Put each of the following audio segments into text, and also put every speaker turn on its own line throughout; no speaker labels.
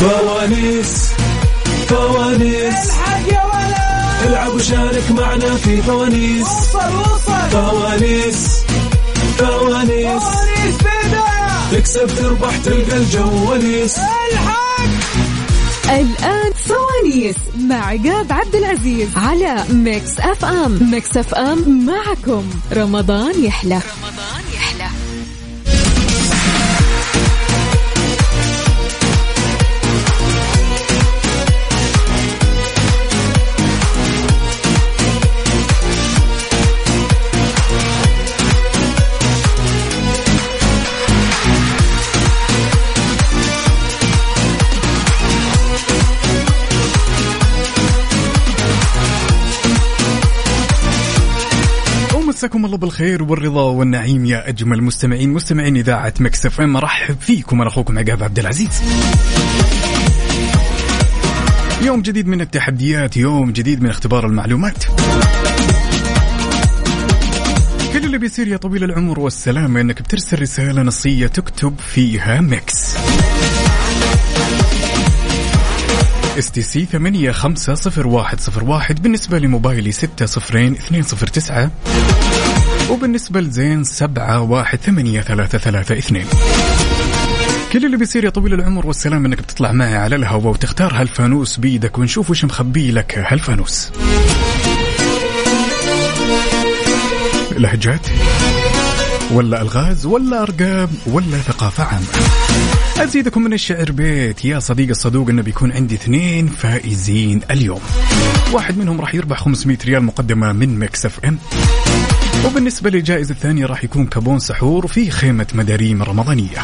فوانيس فوانيس
الحق يا ولد
العب وشارك معنا في فوانيس
وصل وصل
فوانيس فوانيس
فوانيس بداية
تكسب تربح تلقى الجواليس
الحق
الآن فوانيس مع عقاب عبد العزيز على ميكس أف أم ميكس أف أم معكم رمضان يحلى رمضان يحلى
ومساكم الله بالخير والرضا والنعيم يا اجمل مستمعين مستمعين اذاعه مكسف ام ارحب فيكم انا اخوكم عقاب عبد العزيز يوم جديد من التحديات يوم جديد من اختبار المعلومات كل اللي بيصير يا طويل العمر والسلامة انك بترسل رسالة نصية تكتب فيها ميكس اس تي سي 850101 بالنسبة لموبايلي 60209 وبالنسبة لزين 718332 كل اللي بيصير يا طويل العمر والسلام انك بتطلع معي على الهواء وتختار هالفانوس بيدك ونشوف وش مخبي لك هالفانوس لهجات ولا الغاز ولا ارقام ولا ثقافه عامه ازيدكم من الشعر بيت يا صديق الصدوق انه بيكون عندي اثنين فائزين اليوم واحد منهم راح يربح 500 ريال مقدمه من مكس اف ام وبالنسبه للجائزه الثانيه راح يكون كابون سحور في خيمه مداريم رمضانيه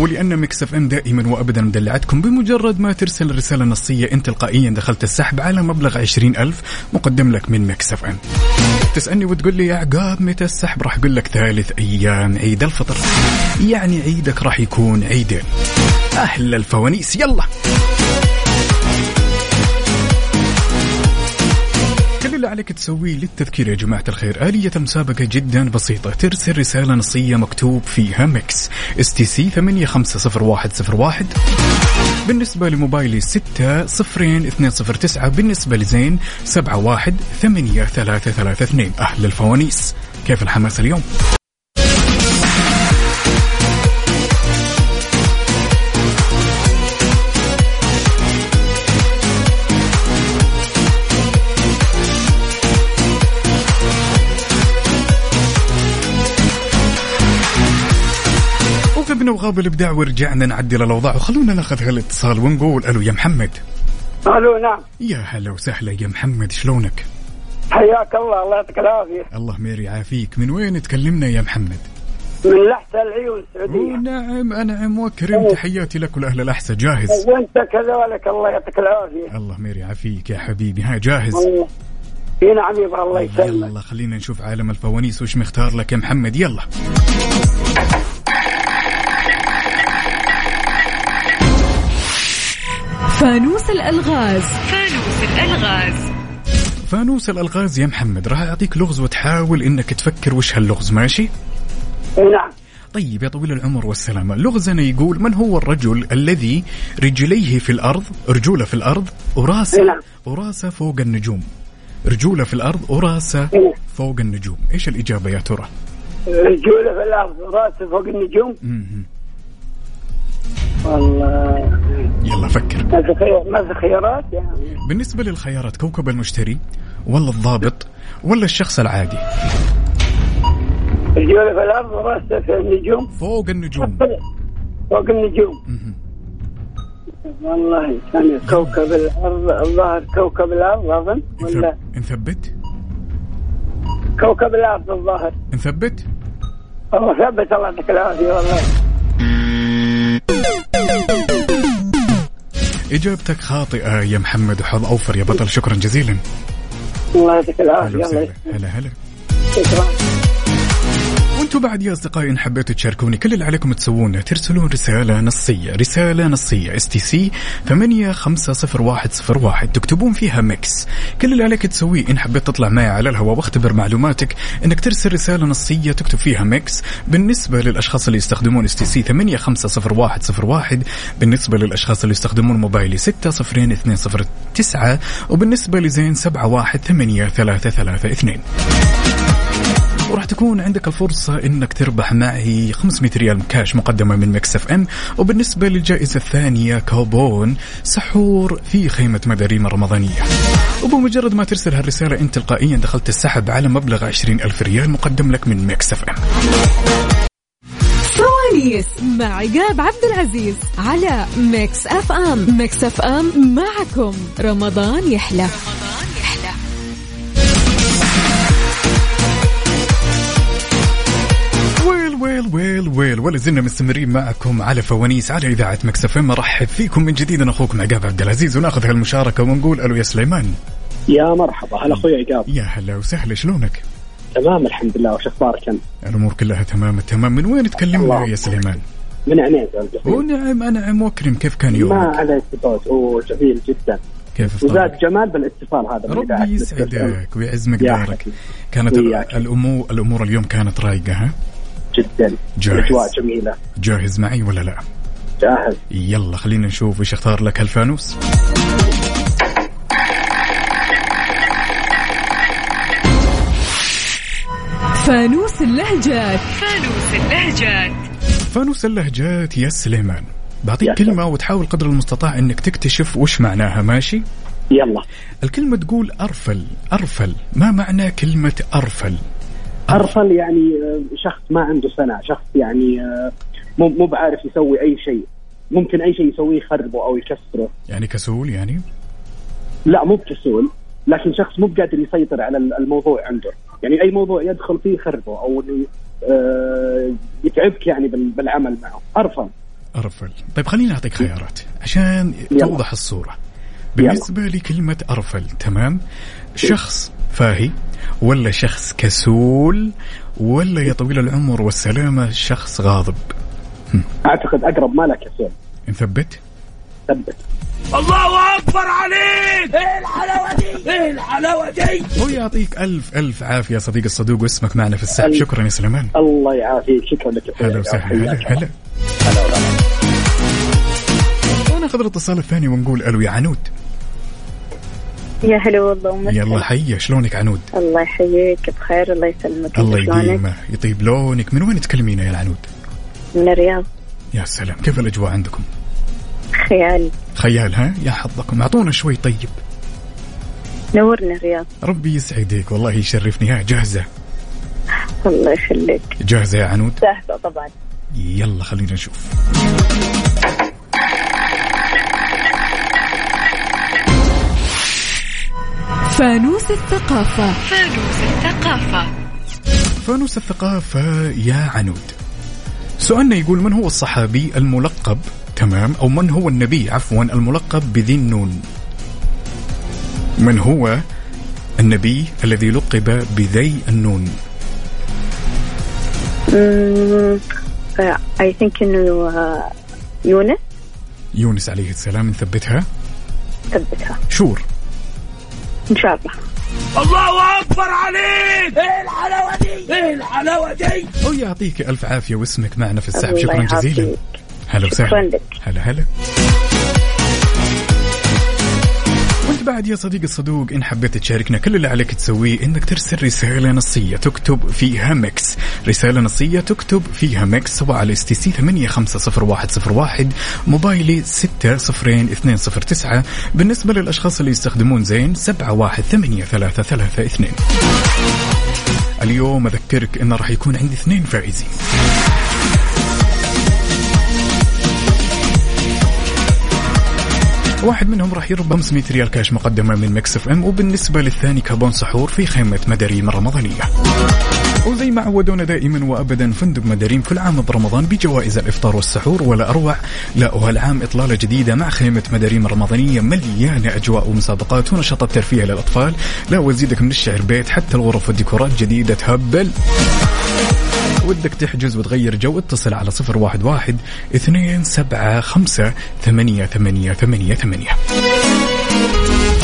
ولان مكس اف ام دائما وابدا مدلعتكم بمجرد ما ترسل رساله نصيه انت تلقائيا دخلت السحب على مبلغ 20000 مقدم لك من مكس اف ام تسالني وتقول لي يا عقاب متى السحب راح اقول لك ثالث ايام عيد الفطر يعني عيدك راح يكون عيدين احلى الفوانيس يلا كل اللي عليك تسويه للتذكير يا جماعة الخير آلية المسابقة جدا بسيطة ترسل رسالة نصية مكتوب فيها مكس اس تي سي 850101 بالنسبة لموبايلي 60209 بالنسبة لزين 718332 أهل الفوانيس كيف الحماس اليوم؟ وغبنا وغاب الابداع ورجعنا نعدل الاوضاع وخلونا ناخذ هالاتصال ونقول الو يا محمد
الو نعم
يا هلا وسهلا يا محمد شلونك؟
حياك الله الله يعطيك العافيه
الله ما يعافيك من وين تكلمنا يا محمد؟
من لحسة العيون السعوديه
نعم انعم واكرم تحياتي لك ولاهل الاحساء جاهز
وانت كذلك الله يعطيك العافيه
الله ما يعافيك يا حبيبي ها جاهز
الله اي نعم يبا الله يسلمك
يلا خلينا نشوف عالم الفوانيس وش مختار لك يا محمد يلا
فانوس الألغاز
فانوس الالغاز يا محمد راح اعطيك لغز وتحاول انك تفكر وش هاللغز ماشي؟
اي نعم
طيب يا طويل العمر والسلامة لغزنا يقول من هو الرجل الذي رجليه في الأرض رجوله في الأرض وراسه
نعم.
وراسه فوق النجوم رجوله في الأرض وراسه
نعم.
فوق النجوم إيش الإجابة يا ترى
رجوله في الارض راسه فوق النجوم
مهم.
والله
يلا فكر
ما في خيار ما في خيارات يعني
بالنسبة للخيارات كوكب المشتري ولا الضابط ولا الشخص العادي
رجوله في الارض راسه في النجوم
فوق النجوم
فوق النجوم
مهم.
والله كان كوكب الارض الظاهر كوكب الارض اظن ولا
نثب- نثبت
كوكب الارض الظاهر
نثبت
والله ثبت الله يعطيك العافيه والله
إجابتك خاطئة يا محمد وحظ أوفر يا بطل شكرا جزيلا
الله يعطيك
أهلا
آه، العافيه الله
وسهلا
يسلمك
هلا هلا
شكرا
وانتم بعد يا اصدقائي ان حبيتوا تشاركوني كل اللي عليكم تسوونه ترسلون رساله نصيه رساله نصيه اس تي سي 850101 تكتبون فيها ميكس كل اللي عليك تسويه ان حبيت تطلع معي على الهواء واختبر معلوماتك انك ترسل رساله نصيه تكتب فيها ميكس بالنسبه للاشخاص اللي يستخدمون اس تي سي 850101 بالنسبه للاشخاص اللي يستخدمون موبايلي 60209 وبالنسبه لزين 718332 وراح تكون عندك الفرصة انك تربح معي 500 ريال كاش مقدمة من مكسف ام وبالنسبة للجائزة الثانية كوبون سحور في خيمة مداريم رمضانية وبمجرد ما ترسل هالرسالة انت تلقائيا دخلت السحب على مبلغ 20 ألف ريال مقدم لك من مكسف ام
سواليس مع عقاب عبد العزيز على ميكس اف ام ميكس اف ام معكم رمضان يحلى
ويل ويل ويل ويل ولا زلنا مستمرين معكم على فوانيس على إذاعة مكسف ام مرحب فيكم من جديد أنا أخوكم عقاب عبد العزيز وناخذ هالمشاركة ونقول ألو يا سليمان
يا مرحبا هلا اخوي عقاب
يا هلا وسهلا شلونك؟
تمام الحمد لله وش اخبارك انت؟
الامور كلها تمام التمام من وين تكلمنا
الله.
يا سليمان؟
من عينيك يا القصير.
ونعم انعم واكرم كيف كان
ما
يومك؟
عليك بوس اوه جميل جدا
كيف
وزاد
افطارك؟
جمال بالاتصال هذا من إذاعة
ربي
مكسف إم.
يسعدك ويعز
يا
مقدارك
حبيبي.
كانت ال-
وياك.
الامور الامور اليوم كانت رايقه ها؟
جدا
جاهز.
الاجواء جميله
جاهز معي ولا لا؟
جاهز
يلا خلينا نشوف ايش اختار لك هالفانوس
فانوس اللهجات
فانوس اللهجات يا سليمان بعطيك
يا
كلمة وتحاول قدر المستطاع انك تكتشف وش معناها ماشي؟
يلا
أه. الكلمة تقول ارفل ارفل ما معنى كلمة ارفل؟
ارفل يعني آه، شخص ما عنده سنه شخص يعني آه، مو مو بعارف يسوي اي شيء ممكن اي شيء يسويه يخربه او يكسره
يعني كسول يعني؟
لا مو بكسول لكن شخص مو بقادر يسيطر على الموضوع عنده يعني اي موضوع يدخل فيه يخربه او انه آه، يتعبك يعني بال- بالعمل معه ارفل
أرفل طيب خليني أعطيك خيارات عشان
يلا.
توضح الصورة بالنسبة لكلمة أرفل تمام شخص فاهي ولا شخص كسول ولا يا طويل العمر والسلامة شخص غاضب
اعتقد اقرب ما لك كسول
نثبت
ثبت
هو يعطيك ألف ألف عافية يا صديق الصدوق واسمك معنا في السحب
ألف.
شكرا يا سليمان
الله يعافيك شكرا لك يا أخوي.
هلا وسهلا
حياك
هلا هلا وناخذ الاتصال الثاني ونقول ألو يا عنود
يا هلا والله ومسهلا
يلا حيا شلونك عنود
الله يحييك بخير الله يسلمك
الله
شلونك؟
يديمه يطيب لونك من وين تكلمينا يا العنود
من الرياض
يا سلام كيف الاجواء عندكم
خيال
خيال ها يا حظكم اعطونا شوي طيب
نورنا الرياض
ربي يسعدك والله يشرفني ها جاهزه
الله يخليك
جاهزه يا عنود
سهلة طبعا
يلا خلينا نشوف
فانوس الثقافة
فانوس الثقافه يا عنود سؤالنا يقول من هو الصحابي الملقب تمام او من هو النبي عفوا الملقب بذي النون من هو النبي الذي لقب بذي النون
اي ثينك انه آه، يونس
يونس عليه السلام نثبتها
ثبتها
شور
ان شاء الله
ويعطيك الف عافيه واسمك معنا في السحب
الله
شكرا جزيلا
يعافيك.
هلا
شكراً
وسهلا
لك.
هلا هلا وانت بعد يا صديقي الصدوق ان حبيت تشاركنا كل اللي عليك تسويه انك ترسل رساله نصيه تكتب فيها مكس رساله نصيه تكتب فيها مكس سواء على اس تي سي 850101 موبايلي 60209 بالنسبه للاشخاص اللي يستخدمون زين 718332 اليوم اذكرك انه راح يكون عندي اثنين فائزين واحد منهم راح يربح 500 ريال كاش مقدمه من مكس اف ام وبالنسبه للثاني كابون سحور في خيمه مداريم الرمضانيه وزي ما عودونا دائما وابدا فندق مداريم كل عام برمضان بجوائز الافطار والسحور ولا اروع لا وهالعام اطلاله جديده مع خيمه مداريم الرمضانيه مليانه اجواء ومسابقات ونشاطات ترفيه للاطفال لا ويزيدك من الشعر بيت حتى الغرف والديكورات جديده تهبل ودك تحجز وتغير جو اتصل على صفر واحد واحد اثنين سبعة خمسة ثمانية ثمانية ثمانية ثمانية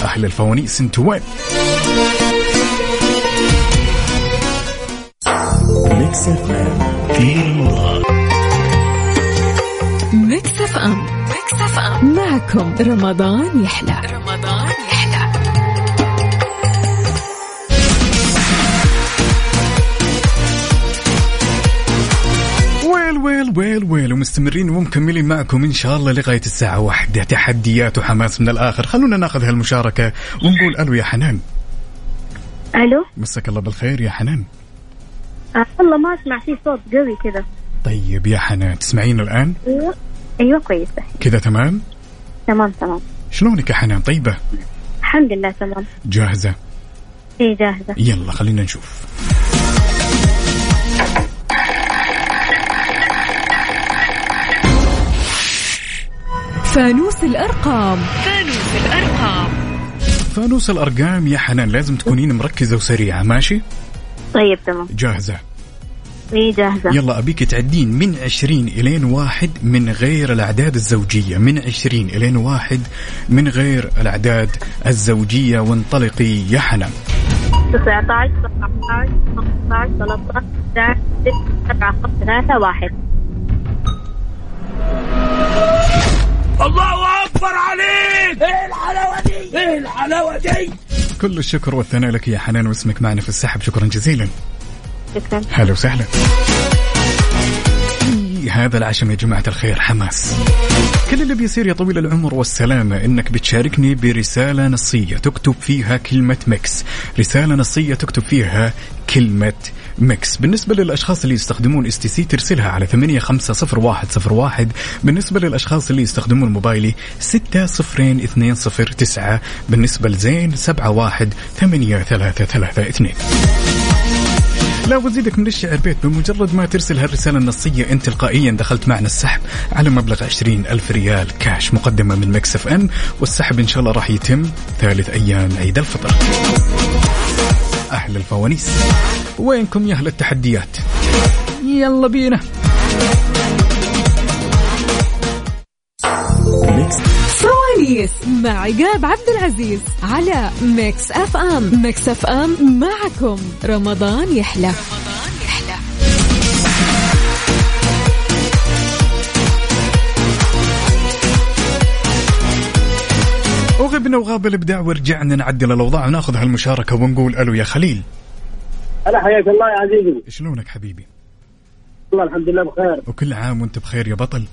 أهل الفوانيس انتوا وين؟
ميكس اف ام في رمضان
ميكس اف ام ميكس اف ام معكم رمضان يحلى رمضان يحلى
ويل ويل ويل ويل ومستمرين ومكملين معكم ان شاء الله لغايه الساعه واحدة تحديات وحماس من الاخر خلونا ناخذ هالمشاركه ونقول الو يا حنان
الو
مساك الله بالخير يا حنان
آه والله ما اسمع في صوت قوي كذا
طيب يا حنان تسمعين الان
ايوه ايوه كويسه
كذا تمام
تمام تمام
شلونك يا حنان طيبه
الحمد لله تمام
جاهزه
اي جاهزه
يلا خلينا نشوف
فانوس الارقام
فانوس الارقام يا حنان لازم تكونين مركزه وسريعه ماشي
طيب تمام
جاهزه
اي جاهزه
يلا ابيك تعدين من 20 الين واحد من غير الاعداد الزوجيه من 20 الين واحد من غير الاعداد الزوجيه وانطلقي يا حنان
19 17 15 13 11 6 7 5 3 1
كل الشكر والثناء لك يا حنان واسمك معنا في السحب شكرا جزيلا
شكرا
هلا وسهلا إيه هذا العشم يا جماعة الخير حماس كل اللي بيصير يا طويل العمر والسلامة انك بتشاركني برسالة نصية تكتب فيها كلمة مكس رسالة نصية تكتب فيها كلمة مكس بالنسبة للأشخاص اللي يستخدمون اس تي سي ترسلها على 850101 بالنسبة للأشخاص اللي يستخدمون موبايلي 60209 بالنسبة لزين 718332 لا وزيدك من الشعر بيت بمجرد ما ترسل هالرسالة النصية انت تلقائيا دخلت معنا السحب على مبلغ 20 ألف ريال كاش مقدمة من مكس اف ام والسحب ان شاء الله راح يتم ثالث ايام عيد الفطر اهل الفوانيس وينكم يا اهل التحديات يلا بينا
ميكس
سواليس مع عقاب عبد العزيز على ميكس اف ام ميكس اف ام معكم رمضان يحلى
وغبنا وغاب الابداع ورجعنا نعدل الاوضاع وناخذ هالمشاركة ونقول الو يا خليل
هلا حياك الله يا عزيزي
شلونك حبيبي
والله الحمد لله بخير
وكل عام وانت بخير يا بطل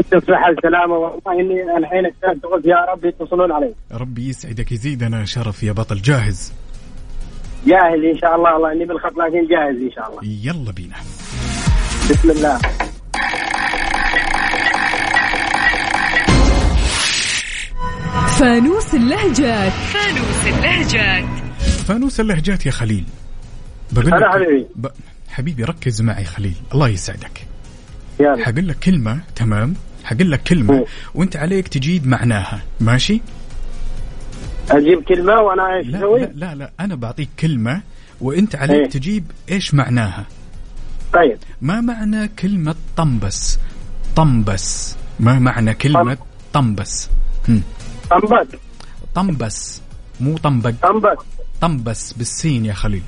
انت بصحه وسلامه والله اني الحين اكتئبت قلت يا رب يتصلون علي
ربي يسعدك يزيدنا شرف يا بطل جاهز
جاهز ان شاء الله والله اني بالخط لكن جاهز ان شاء الله
يلا بينا
بسم الله
فانوس اللهجات
فانوس اللهجات يا خليل بقول
هلا حبيبي.
ب... حبيبي ركز معي خليل الله يسعدك
يلا
حقول لك كلمة تمام حقول لك كلمة
مم.
وانت عليك تجيب معناها ماشي
اجيب كلمه وانا ايش
لا
اسوي؟
لا, لا لا انا بعطيك كلمة وانت عليك
إيه.
تجيب ايش معناها
طيب
ما معنى كلمة طنبس طنبس ما معنى كلمة طنبس هم.
طنبك
طنبس مو طنبق
طنبك
طنبس بالسين يا خليل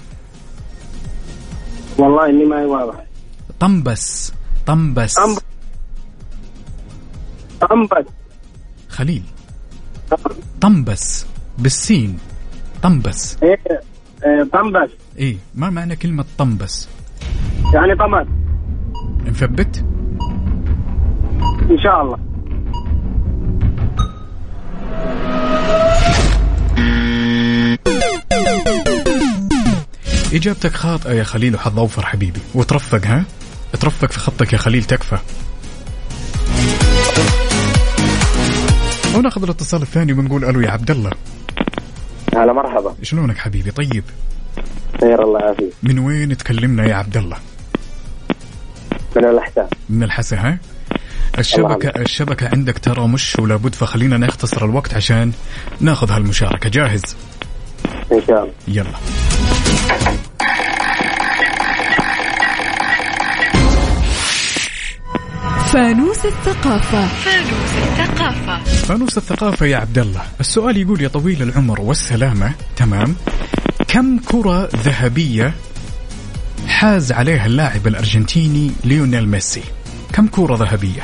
والله اني ما هي واضح
طنبس طنبس
طنب- طنبك
خليل طنبس بالسين طنبس
إيه، إيه، طنبك
ايه ما معنى كلمة طنبس
يعني طمس
نثبت
ان شاء الله
اجابتك خاطئة يا خليل وحظ اوفر حبيبي وترفق ها ترفق في خطك يا خليل تكفى وناخذ الاتصال الثاني ونقول الو يا عبد الله
هلا مرحبا
شلونك حبيبي طيب
خير الله يعافيك
من وين تكلمنا يا عبد الله
من الاحسان
من الحسا ها الشبكة الشبكة عندك ترى مش ولا بد فخلينا نختصر الوقت عشان ناخذ هالمشاركة جاهز
ان شاء الله
يلا
فانوس الثقافة
فانوس الثقافة يا عبد الله السؤال يقول يا طويل العمر والسلامة تمام كم كرة ذهبية حاز عليها اللاعب الأرجنتيني ليونيل ميسي كم كرة ذهبية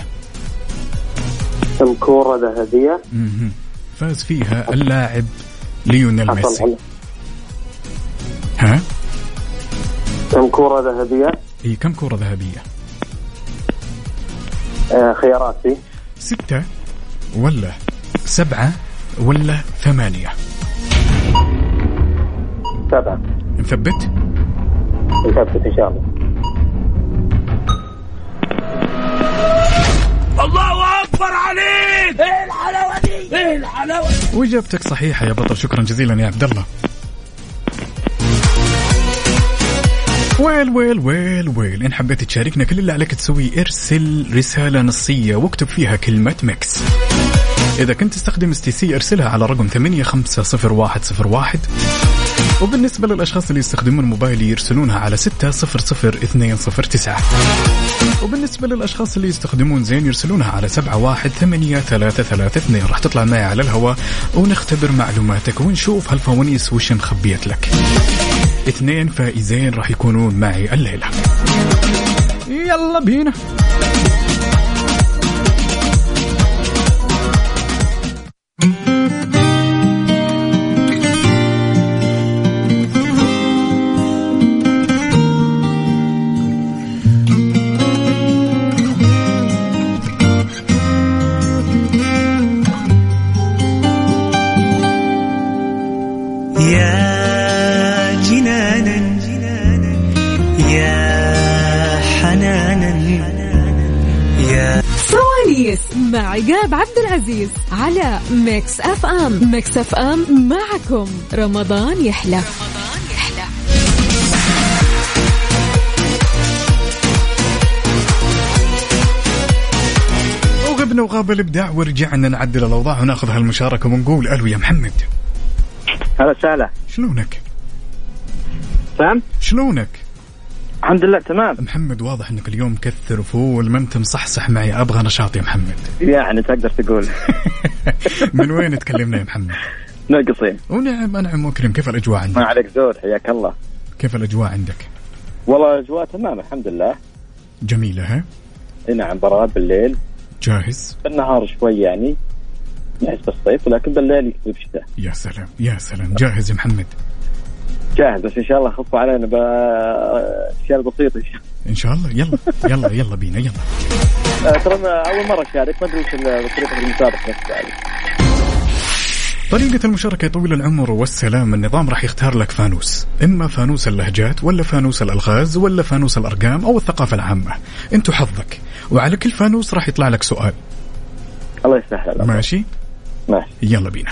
كم كورة ذهبية
مهم. فاز فيها اللاعب ليونيل
حصل
ميسي
على
ها
كم كورة ذهبية
هي كم كرة ذهبية
آه خياراتي
ستة ولا سبعة ولا ثمانية
سبعة
نثبت
نثبت إن شاء الله
وإجابتك صحيحة يا بطل شكرا جزيلا يا عبد الله ويل ويل ويل ويل إن حبيت تشاركنا كل اللي عليك تسويه ارسل رسالة نصية واكتب فيها كلمة ميكس إذا كنت تستخدم اس تي سي ارسلها على رقم 850101 وبالنسبة للأشخاص اللي يستخدمون موبايل يرسلونها على 600209 وبالنسبة للأشخاص اللي يستخدمون زين يرسلونها على 718332 راح تطلع معي على الهواء ونختبر معلوماتك ونشوف هالفوانيس وش مخبيت لك اثنين فائزين راح يكونون معي الليلة يلا بينا
يا جنانا يا حنانا يا
سواليس مع عقاب عبد العزيز على ميكس اف ام ميكس اف ام معكم رمضان يحلى
وغبنا وغاب الابداع ورجعنا نعدل الاوضاع وناخذ هالمشاركة ونقول الو يا محمد
هلا وسهلا
شلونك؟
سام
شلونك؟
الحمد لله تمام
محمد واضح انك اليوم مكثر فول ما انت مصحصح معي ابغى نشاط يا محمد
يعني تقدر تقول
من وين تكلمنا يا محمد؟
ناقصين
ونعم انعم واكرم كيف الاجواء
ما
عندك؟
عليك زود حياك الله
كيف الاجواء عندك؟
والله الاجواء تمام الحمد لله
جميله ها؟
اي نعم براد بالليل
جاهز؟
بالنهار شوي يعني نحس بالصيف ولكن بالليل يكذب شتاء
يا سلام يا سلام جاهز يا محمد
جاهز بس ان شاء الله خفوا علينا آه، باشياء بسيطه ان شاء
ان شاء الله يلا يلا يلا بينا يلا
الله آه، ترى أنا اول مره اشارك ما ادري وش ال- طريقه المسابقه نفسها.
طريقة المشاركة يا طويل العمر والسلام النظام راح يختار لك فانوس إما فانوس اللهجات ولا فانوس الألغاز ولا فانوس الأرقام أو الثقافة العامة أنت حظك وعلى كل فانوس راح يطلع لك سؤال
الله يسهل عليك.
ماشي
ماشي
يلا بينا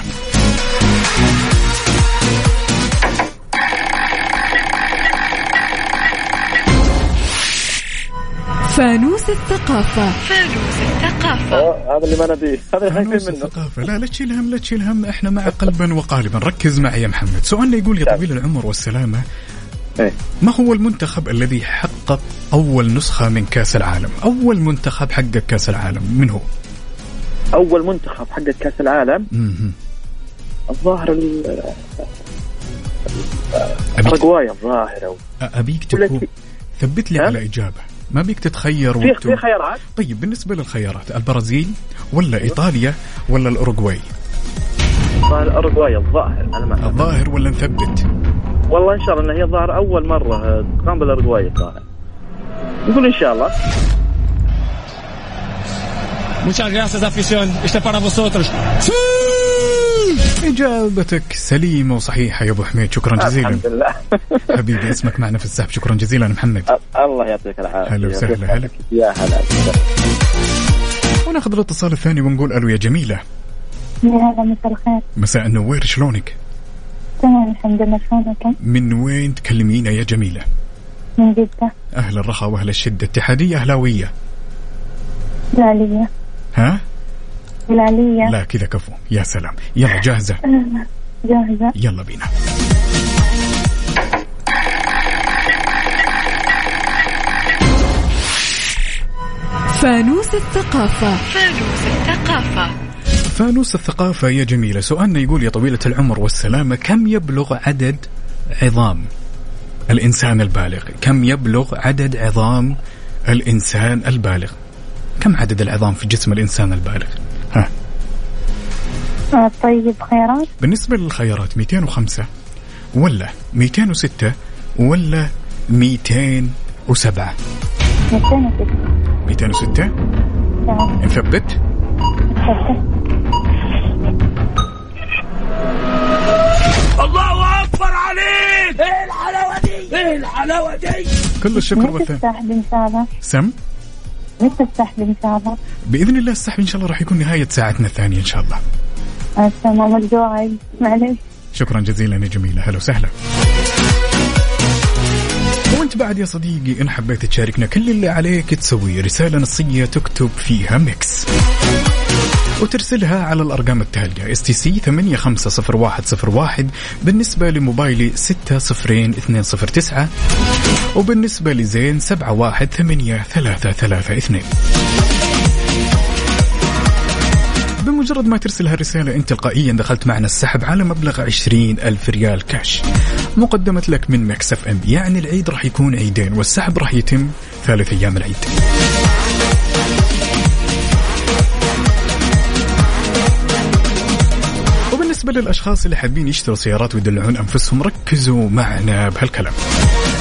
فانوس الثقافة
آه، هذا اللي ما نبيه هذا اللي
فانوس
خايفين منه
الثقافة لا لا تشيل هم لا تشيل هم احنا مع قلبا وقالبا ركز معي يا محمد سؤالنا يقول يا طويل العمر والسلامة
إيه.
ما هو المنتخب الذي حقق أول نسخة من كأس العالم أول منتخب حقق كأس العالم من هو
اول منتخب حق كاس العالم
مهم.
الظاهر ال-
أبيك,
الاراجواي الظاهر أو-
أبيك
ولا
تكون
في-
ثبت لي
ها؟
على إجابة ما بيك تتخير
في
وتقول-
في خيارات
طيب بالنسبة للخيارات البرازيل ولا إيطاليا ولا الأوروغواي
الظاهر الاراجواي الظاهر انا ما أعرف.
الظاهر ولا نثبت
والله ان شاء الله انها هي الظاهر اول مره آه، تقام بالاراجواي الظاهر نقول ان شاء الله
Muchas gracias, afición. Este para vosotros.
إجابتك سليمة وصحيحة يا أبو حميد شكرا جزيلا
الحمد لله
حبيبي اسمك معنا في السحب شكرا جزيلا محمد
أ- الله يعطيك العافيه
هلا وسهلا هلا
يا هلا
وناخذ الاتصال الثاني ونقول الو يا جميله
مرحبا مساء الخير
مساء النوير شلونك
تمام الحمد لله شلونك
من وين تكلمينا يا جميله
من جدة
اهل الرخاء واهل الشده اتحاديه اهلاويه
العلية
ها
العلية
لا كذا كفو يا سلام يلا جاهزه
جاهزة
يلا بينا
فانوس الثقافة
فانوس الثقافة يا جميلة سؤالنا يقول يا طويلة العمر والسلامة كم يبلغ عدد عظام الإنسان البالغ كم يبلغ عدد عظام الإنسان البالغ كم عدد العظام في جسم الإنسان البالغ ها
آه، طيب خيارات
بالنسبة للخيارات 205 ولا 206 ولا 207
206
206
نعم
نثبت
تفضل.
كل الشكر
متى
والثناء
تفتح بمثابة
سم
متى تفتح بمثابة
بإذن الله السحب إن شاء الله راح يكون نهاية ساعتنا الثانية إن شاء الله
آه، تمام الجوعي معلش
شكرا جزيلا يا جميلة هلا وسهلا وانت بعد يا صديقي ان حبيت تشاركنا كل اللي عليك تسويه رسالة نصية تكتب فيها ميكس وترسلها على الارقام التالية اس تي سي 850101 بالنسبة لموبايلي 602209 وبالنسبة لزين 718332 بمجرد ما ترسل هالرسالة انت تلقائيا دخلت معنا السحب على مبلغ 20 ألف ريال كاش مقدمة لك من مكسف ام يعني العيد راح يكون عيدين والسحب راح يتم ثالث أيام العيد وبالنسبة للأشخاص اللي حابين يشتروا سيارات ويدلعون أنفسهم ركزوا معنا بهالكلام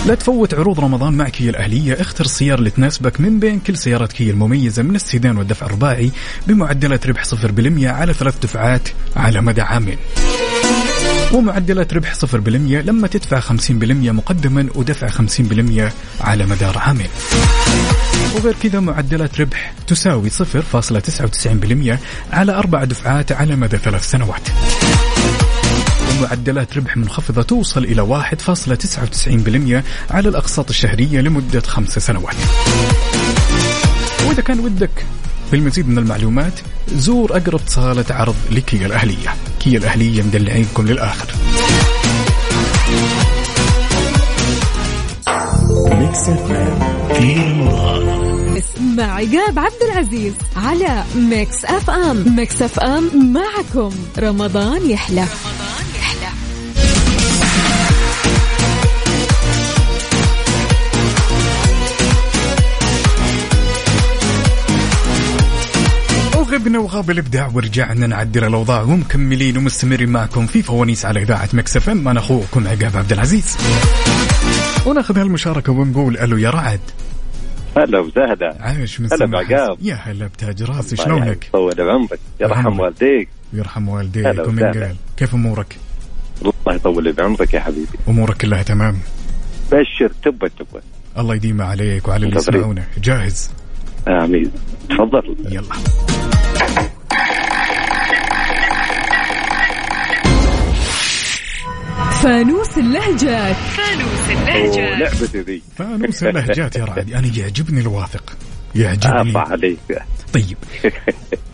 لا تفوت عروض رمضان مع كيا الأهلية اختر السيارة اللي تناسبك من بين كل سيارات كيا المميزة من السيدان والدفع الرباعي بمعدلات ربح 0% على ثلاث دفعات على مدى عامين ومعدلات ربح 0% لما تدفع 50% مقدما ودفع 50% على مدار عامين وغير كذا معدلات ربح تساوي 0.99% على أربع دفعات على مدى ثلاث سنوات ومعدلات ربح منخفضة توصل إلى 1.99% على الأقساط الشهرية لمدة خمس سنوات وإذا كان ودك بالمزيد من المعلومات زور أقرب صالة عرض لكيا الأهلية كيا الأهلية مدلعينكم للآخر
ميكس اف ام في رمضان
مع عقاب عبد العزيز على ميكس اف ام ميكس اف ام معكم رمضان يحلى
وغبنا وغاب الابداع ورجعنا نعدل الاوضاع ومكملين ومستمرين معكم في فوانيس على اذاعه مكسف ام انا اخوكم عقاب عبد العزيز. وناخذ هالمشاركه ونقول الو يا رعد
هلا وسهلا
عايش من
هلا
سمع
بعقاب.
حسن. يا هلا بتاج راسي
الله يعينك
شلونك؟
طول بعمرك يرحم
يرحمك.
والديك
يرحم والديك
هلا
ومن
وسهلا.
قال كيف امورك؟
الله يطول بعمرك يا حبيبي
امورك كلها تمام
بشر تبى تبى
الله يديمها عليك وعلى اللي
منتظرين.
يسمعونه جاهز
امين تفضل
يلا
فانوس اللهجات
أوه، لعبتي ذي
فانوس اللهجات يا رعد انا يعجبني الواثق يعجبني
عفا عليك
طيب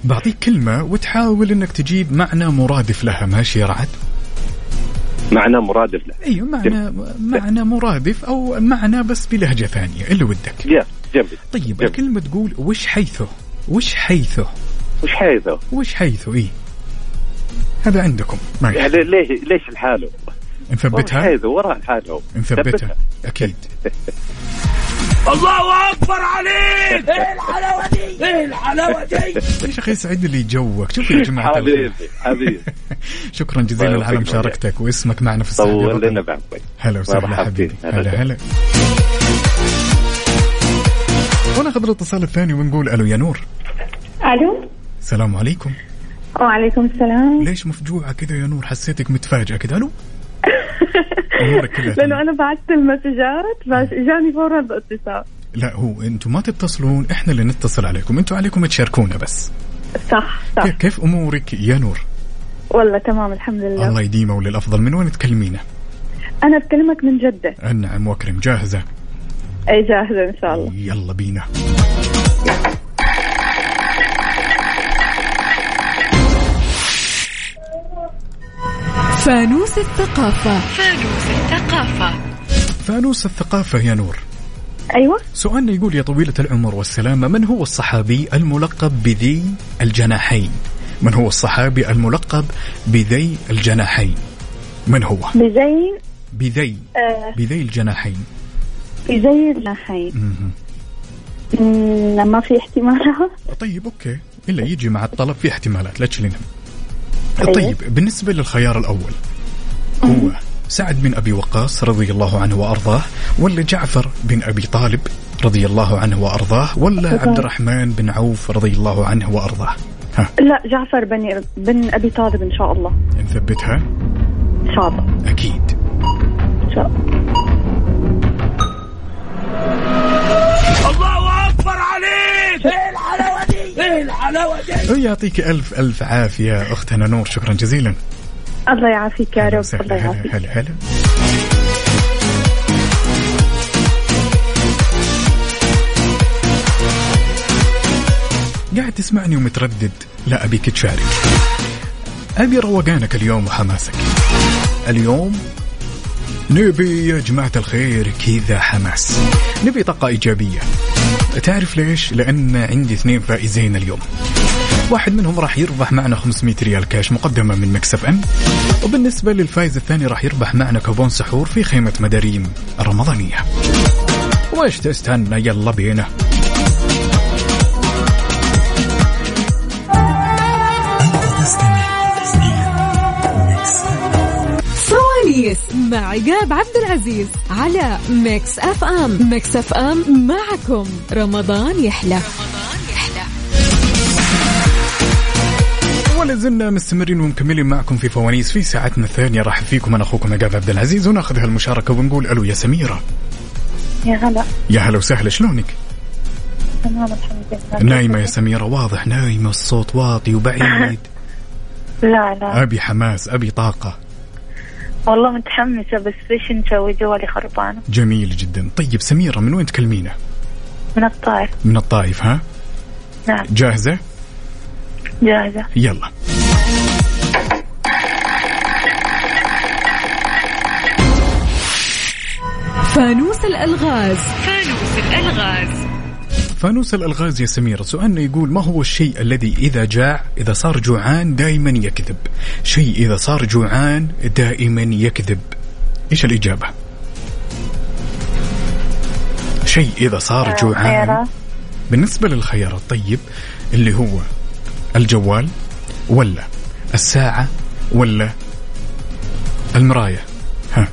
بعطيك كلمه وتحاول انك تجيب معنى مرادف لها ماشي يا رعد؟
معنى مرادف له
ايوه معنى معنى مرادف او معنى بس بلهجه ثانيه اللي ودك
يا جنبي
طيب
يلا.
الكلمه تقول وش حيثه وش حيثه
وش حيثه؟
وش حيثه اي هذا عندكم ما يحتاج.
يعني ليش ليش لحاله؟ وش
نثبتها
حيثه وراء لحاله
نثبتها اكيد
إيه
الله اكبر عليك ايه الحلاوه دي ايه الحلاوه دي يا اخي يسعد لي جوك شوف يا جماعه الخير.
حبيبي حبيبي
شكرا
الله
جزيلا
يوفقك
على
والله.
مشاركتك واسمك معنا في السحب
طول لنا
الرقمي.
بعمرك
هلا وسهلا
مرحبا
حبيبي
فيك. هلا
هلا
وسهلا.
هلا وناخذ الاتصال الثاني ونقول الو يا نور
الو
السلام عليكم
وعليكم السلام
ليش مفجوعه كذا يا نور حسيتك متفاجئه كذا الو امورك كلها
لانه
تمام.
انا بعثت المسجات بس اجاني فورا باتصال
لا هو انتم ما تتصلون احنا اللي نتصل عليكم انتم عليكم تشاركونا بس
صح
آه.
صح
كيف, كيف امورك يا نور
والله تمام الحمد لله
الله يديمه وللافضل من وين تكلمينا
انا بكلمك من جدة
نعم واكرم جاهزه
اي جاهزة ان شاء الله
يلا بينا
فانوس الثقافة
فانوس الثقافه يا نور
ايوه
سؤالنا يقول يا طويلة العمر والسلامة من هو الصحابي الملقب بذي الجناحين من هو الصحابي الملقب بذي الجناحين من هو
بزين
بذي
آه
بذي الجناحين
بزين الجناحين
مهم.
مم، لما في احتمالها
طيب اوكي الا يجي مع الطلب في احتمالات لا تشيلين هم
أيوة.
طيب بالنسبه للخيار الاول هو سعد بن ابي وقاص رضي الله عنه وارضاه ولا جعفر بن ابي طالب رضي الله عنه وارضاه ولا عبد الرحمن بن عوف رضي الله عنه وارضاه ها
لا جعفر بن بن ابي طالب ان شاء الله
نثبتها
ان شاء الله
اكيد
ان شاء الله
يعطيك الف الف عافيه اختنا نور شكرا جزيلا
الله يعافيك يا رب الله
وسهلا.
يعافيك
هلا هلا هلا قاعد تسمعني ومتردد لا أبيك تشارك أبي روقانك اليوم وحماسك اليوم نبي يا جماعة الخير كذا حماس نبي طاقة إيجابية تعرف ليش؟ لأن عندي اثنين فائزين اليوم واحد منهم راح يربح معنا 500 ريال كاش مقدمة من مكسف أم وبالنسبة للفائز الثاني راح يربح معنا كوبون سحور في خيمة مداريم رمضانية وش تستنى يلا بينا
سواليس مع عقاب عبد العزيز على ميكس اف ام ميكس اف ام معكم رمضان يحلى
ولا زلنا مستمرين ومكملين معكم في فوانيس في ساعتنا الثانية راح فيكم أنا أخوكم عقاب عبد العزيز وناخذ هالمشاركة ونقول ألو يا سميرة
يا هلا
يا هلا وسهلا شلونك؟
تمام الحمد لله
نايمة يا سميرة واضح نايمة الصوت واطي وبعيد
لا لا
أبي حماس أبي طاقة
والله متحمسه بس ايش نسوي جوالي خربانه
جميل جدا طيب سميرة من وين تكلمينا؟
من الطائف
من الطائف ها؟
نعم
جاهزة؟
جاهزه
يلا
فانوس الالغاز
فانوس الالغاز يا سميرة سؤالنا يقول ما هو الشيء الذي اذا جاع اذا صار جوعان دائما يكذب شيء اذا صار جوعان دائما يكذب ايش الاجابة شيء اذا صار جوعان
خيارات.
بالنسبة للخيار الطيب اللي هو الجوال ولا الساعة ولا المراية ها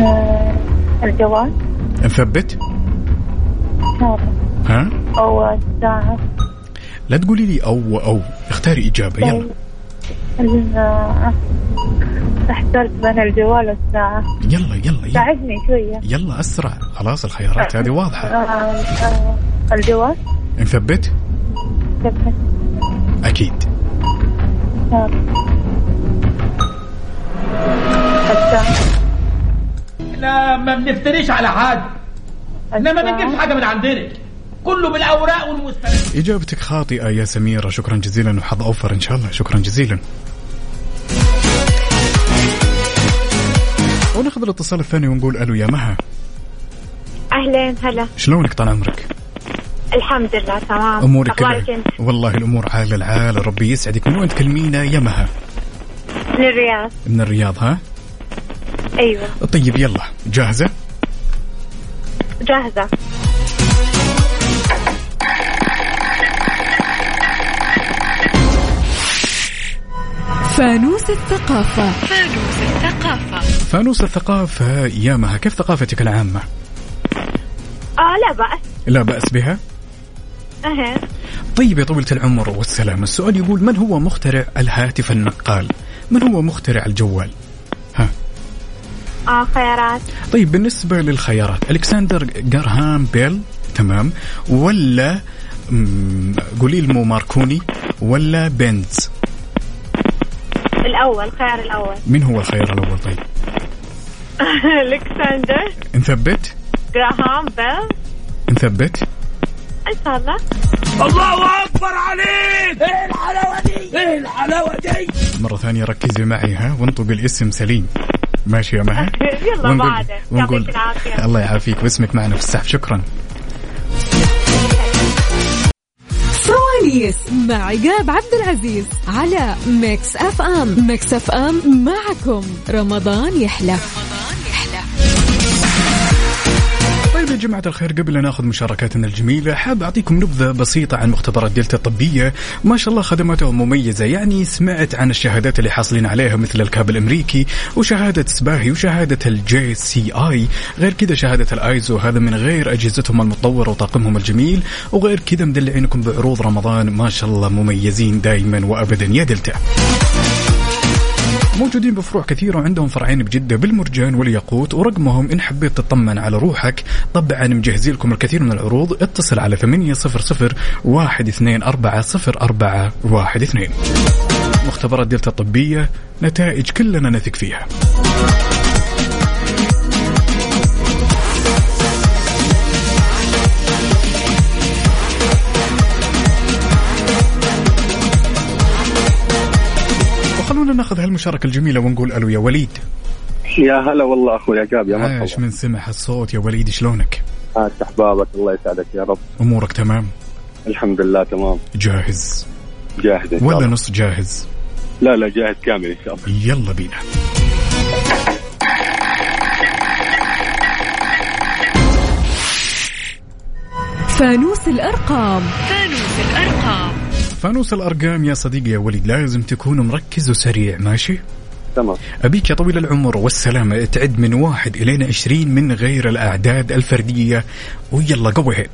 آه، الجوال
نثبت
هذا
ها
او الساعه
لا تقولي لي او او اختاري اجابة يلا
طيب.
طيب. آه،
ال- احترت بين الجوال والساعة
يلا يلا يلا
ساعدني شوية
يلا اسرع خلاص الخيارات هذه واضحه
آه، آه، الجوال
نثبت
ثبت
اكيد
ثابت. الساعة
لا ما بنفتريش على حد لا ما بنجيبش حاجه من عندنا كله بالاوراق والمستندات
اجابتك خاطئه يا سميره شكرا جزيلا وحظ اوفر ان شاء الله شكرا جزيلا وناخذ الاتصال الثاني ونقول الو يا مها
أهلين هلا
شلونك طال عمرك
الحمد لله تمام
امورك
أخبارك
كلها
أنت
والله الامور عال العال ربي يسعدك من وين تكلمينا يا مها
من الرياض
من الرياض ها
أيوه
طيب يلا جاهزه
جاهزة
فانوس الثقافة
فانوس الثقافه يا مها كيف ثقافتك العامه
آه لا بأس
لا باس بها
أهين
طيب يا طويلة العمر والسلام السؤال يقول من هو مخترع الهاتف النقال من هو مخترع الجوال ها
آه خيارات
طيب بالنسبة للخيارات ألكسندر جرهام بيل تمام ولا مم، قولي المو ماركوني ولا بنز
الأول خيار الأول
من هو الخيار الأول طيب
ألكسندر
نثبت
جراهام بيل
نثبت
إن شاء الله
مرة ثانية ركزي معي ها وانطق الاسم سليم ماشية معك
يلا
ونقول-
بعدك.
ونقول
يعطيك العافية.
الله يعافيك واسمك معنا في السحب شكرا
سواليس مع عقاب عبد العزيز على ميكس اف ام ميكس اف ام معكم رمضان يحلى
طيب يا جماعة الخير قبل أن ناخذ مشاركاتنا الجميلة حاب أعطيكم نبذة بسيطة عن مختبرات دلتا الطبية ما شاء الله خدماتهم مميزة يعني سمعت عن الشهادات اللي حاصلين عليها مثل الكاب الأمريكي وشهادة سباهي وشهادة الجي سي آي غير كذا شهادة الآيزو هذا من غير أجهزتهم المتطورة وطاقمهم الجميل وغير كذا مدلعينكم بعروض رمضان ما شاء الله مميزين دايما وأبدا يا دلتا موجودين بفروع كثيرة وعندهم فرعين بجدة بالمرجان والياقوت ورقمهم إن حبيت تطمن على روحك طبعا مجهزين لكم الكثير من العروض اتصل على 800 124 0412 مختبرات دلتا الطبية نتائج كلنا نثق فيها وخلونا ناخذ هالمشاركة الجميلة ونقول ألو يا وليد
يا هلا والله اخوي عقاب يا مرحبا
عاش من سمع الصوت يا وليد شلونك
عاش احبابك الله يسعدك يا رب
أمورك تمام
الحمد لله تمام
جاهز
جاهز ان شاء
ولا
الله
نص جاهز
لا لا جاهز كامل ان شاء الله
يلا بينا
فانوس الارقام
فانوس الارقام يا صديقي يا وليد لازم تكون مركز وسريع ماشي
تمام
ابيك يا طويل العمر والسلامه تعد من واحد الين عشرين من غير الاعداد الفرديه ويلا جو هيد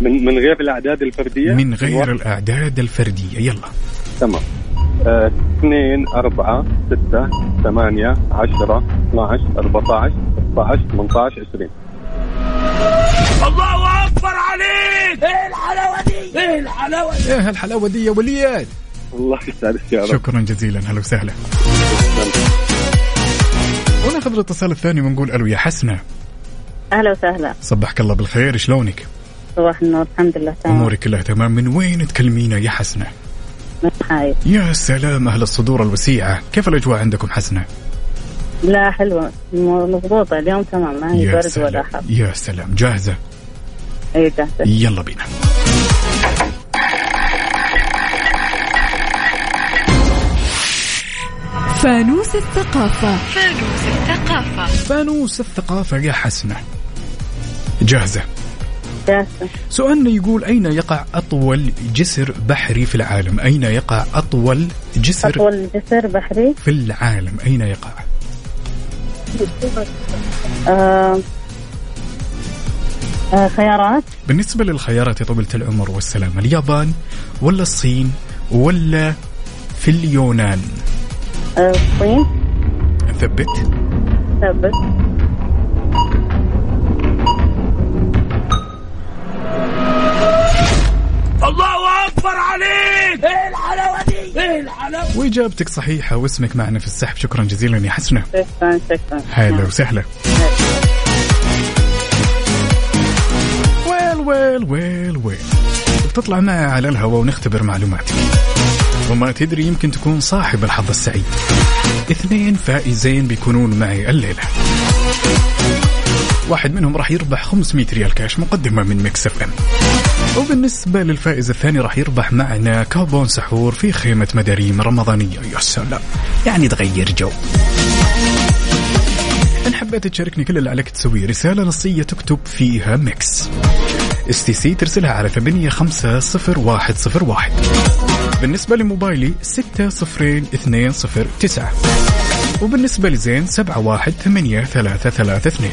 من من غير الاعداد الفرديه
من غير الاعداد الفرديه يلا
تمام آه، اثنين أربعة ستة ثمانية عشرة 12 14 16 18 20
ايه الحلاوه دي يا وليد
الله يسعدك يا رب
شكرا جزيلا هلا وسهلا وناخذ الاتصال الثاني ونقول الو يا حسنه
اهلا وسهلا
صبحك الله بالخير شلونك
صباح النور الحمد لله
امورك كلها تمام من وين تكلمينا يا حسنه
من حايل
يا سلام اهل الصدور الوسيعه كيف الاجواء عندكم حسنه
لا حلوة مضبوطة اليوم تمام ما هي
يا
برد ولا
سلام
حر
يا سلام جاهزه
اي جاهزة
يلا بينا
فانوس الثقافة
فانوس الثقافة يا حسنة جاهزة
جاهزة
سؤالنا يقول أين يقع أطول جسر بحري في العالم أين يقع أطول جسر
أطول جسر بحري
في العالم أين يقع
آه آه خيارات
بالنسبة للخيارات يا طويلة العمر والسلامة اليابان ولا الصين ولا في اليونان
آه، الصين
ثبت
ثبت
وإجابتك صحيحة واسمك معنا في السحب شكرا جزيلا يا حسنة
شكرا شكرا
هلا وسهلا ويل ويل ويل ويل بتطلع معي على الهواء ونختبر معلوماتك وما تدري يمكن تكون صاحب الحظ السعيد اثنين فائزين بيكونون معي الليلة واحد منهم راح يربح 500 ريال كاش مقدمة من ميكس اف ام وبالنسبة للفائز الثاني راح يربح معنا كابون سحور في خيمة مداريم رمضانية يا سلام يعني تغير جو إن حبيت تشاركني كل اللي عليك تسويه رسالة نصية تكتب فيها ميكس اس تي سي ترسلها على 850101 بالنسبة لموبايلي 602209 وبالنسبة لزين 718332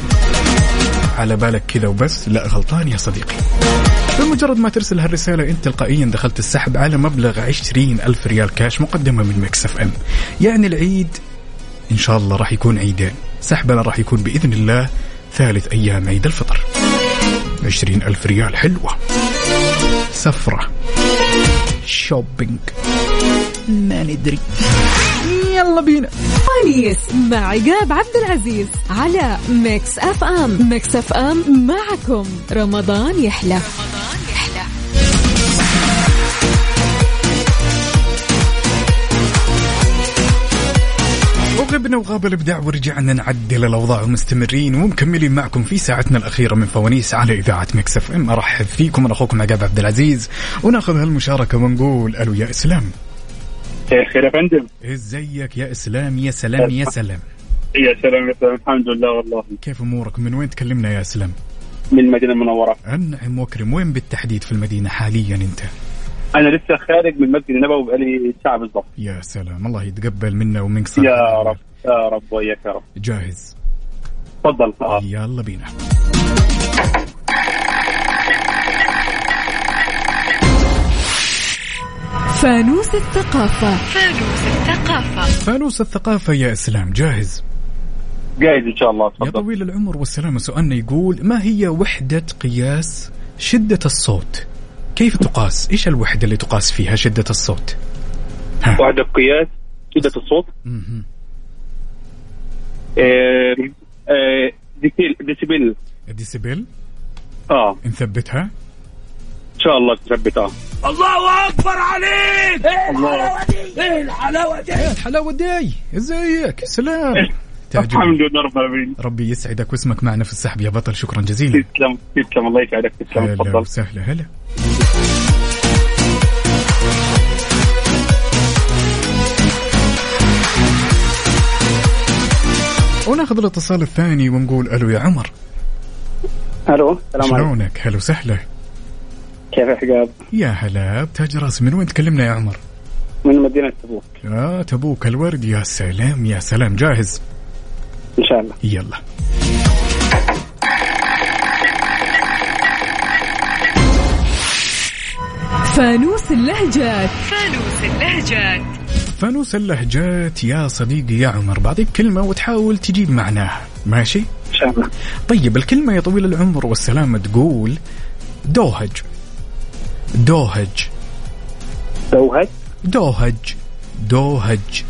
على بالك كذا وبس لا غلطان يا صديقي بمجرد ما ترسل هالرسالة انت تلقائيا دخلت السحب على مبلغ 20 ألف ريال كاش مقدمة من مكس اف ام يعني العيد ان شاء الله راح يكون عيدين سحبنا راح يكون باذن الله ثالث ايام عيد الفطر عشرين ألف ريال حلوة سفرة شوبينج ما ندري يلا بينا
فوانيس مع عقاب عبد العزيز على ميكس اف ام ميكس اف ام معكم رمضان يحلى
وغبنا رجعنا وغاب الابداع ورجعنا نعدل الاوضاع ومستمرين ومكملين معكم في ساعتنا الاخيره من فوانيس على اذاعه مكسف ام ارحب فيكم انا اخوكم عقاب عبد العزيز وناخذ هالمشاركه ونقول الو يا اسلام
مساء الخير يا فندم
ازيك يا اسلام يا سلام يا سلام
يا سلام يا سلام الحمد لله والله
كيف امورك من وين تكلمنا يا اسلام
من المدينه المنوره
انعم واكرم وين بالتحديد في المدينه حاليا انت
انا لسه خارج من مسجد النبوي بقالي ساعه بالظبط
يا سلام الله يتقبل منا ومنك
نعم.
صحة.
يا رب يا رب وياك يا رب
جاهز
تفضل
آه.
آه،
يلا بينا
فانوس الثقافة فانوس الثقافة
فانوس الثقافة يا اسلام جاهز
جاهز ان شاء الله
يا طويل العمر والسلامة سؤالنا يقول ما هي وحدة قياس شدة الصوت؟ كيف تقاس؟ ايش الوحدة اللي تقاس فيها شدة الصوت؟
وحده قياس شده الصوت
مهم.
آه، آه، ديسيل- ديسيبل
الديسيبل
اه
نثبتها؟
ان شاء الله تثبت اه
الله اكبر عليك ايه الحلاوه دي ايه الحلاوه دي
يا الحلاوة داي ازيك؟ سلام
إيه،
تعجبني
الحمد لله رب العالمين
ربي يسعدك واسمك معنا في السحب يا بطل شكرا جزيلا
تسلم تسلم الله يسعدك تسلم
هلا
تفضل
وسهلا هلا وناخذ الاتصال الثاني ونقول الو يا عمر
الو السلام عليكم
شلونك هلا وسهلا
كيف يا حجاب
يا هلا بتاج راس من وين تكلمنا يا عمر
من مدينه تبوك
اه تبوك الورد يا سلام يا سلام جاهز
ان شاء الله
يلا
فانوس اللهجات فانوس اللهجات
فانوس اللهجات يا صديقي يا عمر بعطيك كلمة وتحاول تجيب معناها ماشي
ان شاء الله
طيب الكلمة يا طويل العمر والسلامة تقول دوهج دوهج
دوهج
دوهج دوهج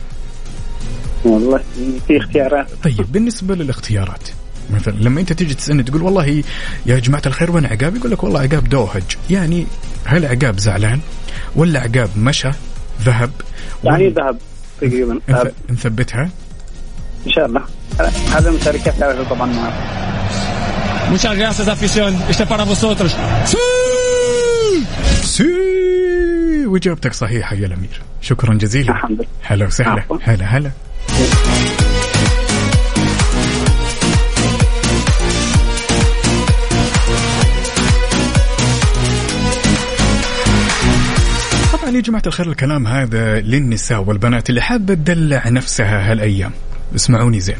والله في اختيارات
طيب بالنسبة للاختيارات مثلا لما انت تيجي تسالني تقول والله يا جماعه الخير وين عقاب؟ يقول لك والله عقاب دوهج، يعني هل عقاب زعلان؟ ولا عقاب مشى ذهب؟
يعني
ولا-
ذهب تقريبا ذهب.
نث- نثبتها؟
ان شاء الله هذا من شركات العربية طبعا ما-
Muchas gracias, afición. Este para vosotros.
سي واجابتك صحيحه يا الامير، شكرا جزيلا
الحمد لله
هلا وسهلا
عفوا.
هلا هلا طبعا يا جماعة الخير الكلام هذا للنساء والبنات اللي حابة تدلع نفسها هالأيام اسمعوني زين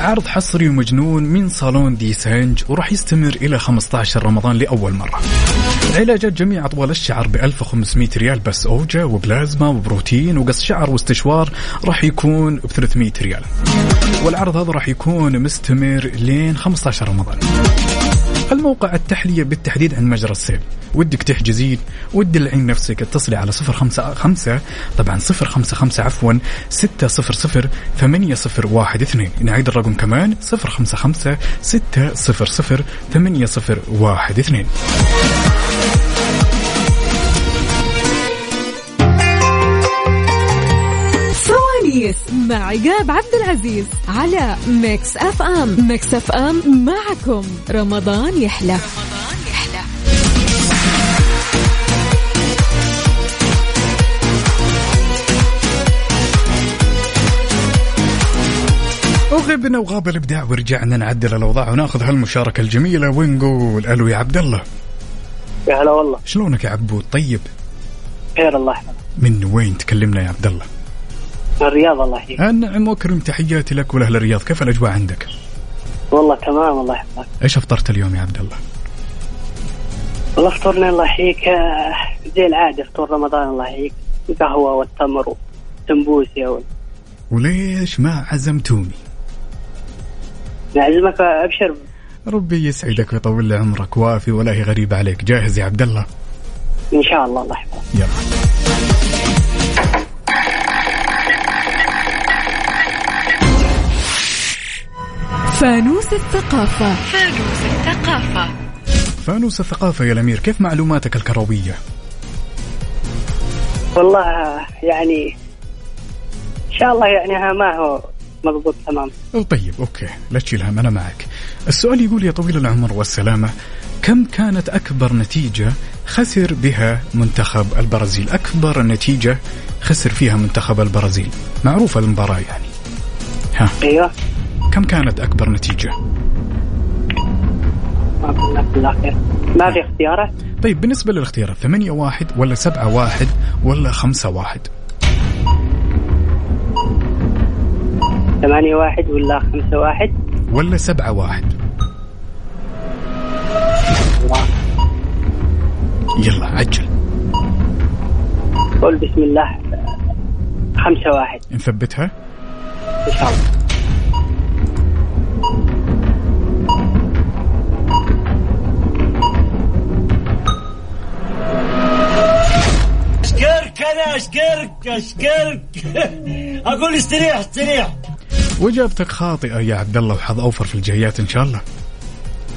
عرض حصري ومجنون من صالون دي سانج وراح يستمر إلى 15 رمضان لأول مرة علاجات جميع أطوال الشعر ب 1500 ريال بس أوجة وبلازما وبروتين وقص شعر واستشوار راح يكون ب 300 ريال والعرض هذا راح يكون مستمر لين 15 رمضان الموقع التحلية بالتحديد عن مجرى السيل ودك تحجزين وتدلعين نفسك اتصلي على صفر خمسة خمسة طبعا صفر خمسة خمسة عفوا ستة صفر صفر ثمانية صفر واحد اثنين نعيد الرقم كمان صفر خمسة خمسة ستة صفر صفر ثمانية صفر واحد اثنين
سواليس مع عقاب عبد العزيز على ميكس اف ام ميكس اف ام معكم رمضان يحلى
وغبنا وغاب الابداع ورجعنا نعدل الاوضاع وناخذ هالمشاركة الجميلة ونقول الو يا عبد الله
يا هلا والله
شلونك يا عبود طيب
خير الله يحفظك
من وين تكلمنا يا عبد الله؟
من الرياض الله يحييك
نعم واكرم تحياتي لك ولاهل الرياض كيف الاجواء عندك؟
والله تمام الله يحفظك
ايش افطرت اليوم يا عبد الله؟
والله فطورنا الله يحييك آه، زي العاده فطور رمضان الله يحييك القهوه والتمر والسمبوسه وال...
وليش ما عزمتوني؟
نعزمك ابشر
ربي يسعدك ويطول لي عمرك وافي ولا هي غريبة عليك جاهز يا عبد الله
ان شاء الله الله يحفظك
يلا
فانوس الثقافة فانوس الثقافة
فانوس الثقافة يا الأمير كيف معلوماتك الكروية؟
والله يعني ان شاء الله يعني ها ما هو مضبوط تمام
طيب اوكي لا تشيل هم انا معك. السؤال يقول يا طويل العمر والسلامه كم كانت اكبر نتيجه خسر بها منتخب البرازيل؟ اكبر نتيجه خسر فيها منتخب البرازيل، معروفه المباراه يعني. ها
ايوه
كم كانت اكبر نتيجه؟
ما بالله بالله خير ما في اختيارات
طيب بالنسبه للاختيارات 8 1 ولا 7 1 ولا 5 1
ثمانية واحد ولا خمسة واحد
ولا 7 1 يلا عجل
قول بسم الله خمسة واحد
نثبتها
إن شاء الله
اشكرك انا اشكرك اشكرك اقول استريح استريح
واجابتك خاطئه يا عبد الله وحظ اوفر في الجايات ان شاء الله